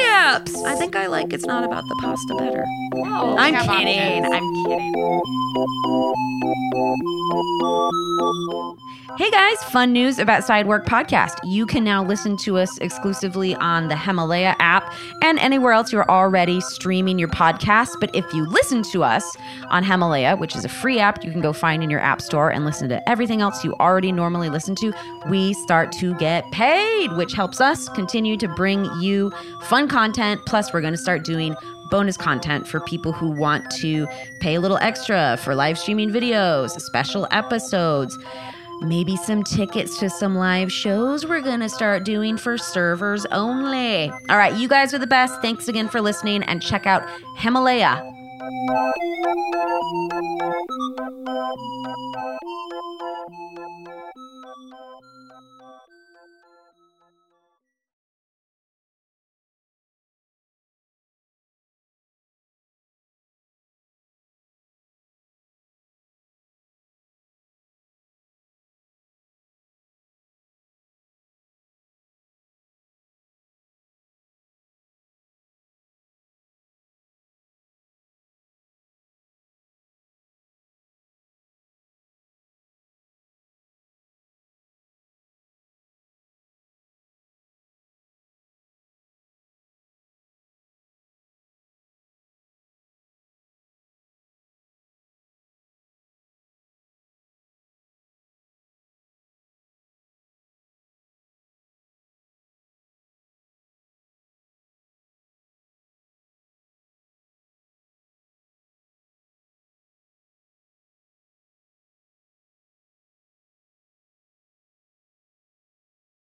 [SPEAKER 2] tips. I think I like it's not about the pasta better.
[SPEAKER 4] No.
[SPEAKER 2] I'm kidding. I'm kidding. Hey guys, fun news about Sidework Podcast. You can now listen to us exclusively on the Himalaya app and anywhere else you're already streaming your podcast. But if you listen to us on Himalaya, which is a free app you can go find in your app store and listen to everything else you already normally listen to, we start to get paid, which helps us continue to bring you fun content. Plus, we're going to start doing bonus content for people who want to pay a little extra for live streaming videos, special episodes, maybe some tickets to some live shows we're going to start doing for servers only. All right, you guys are the best. Thanks again for listening and check out Himalaya.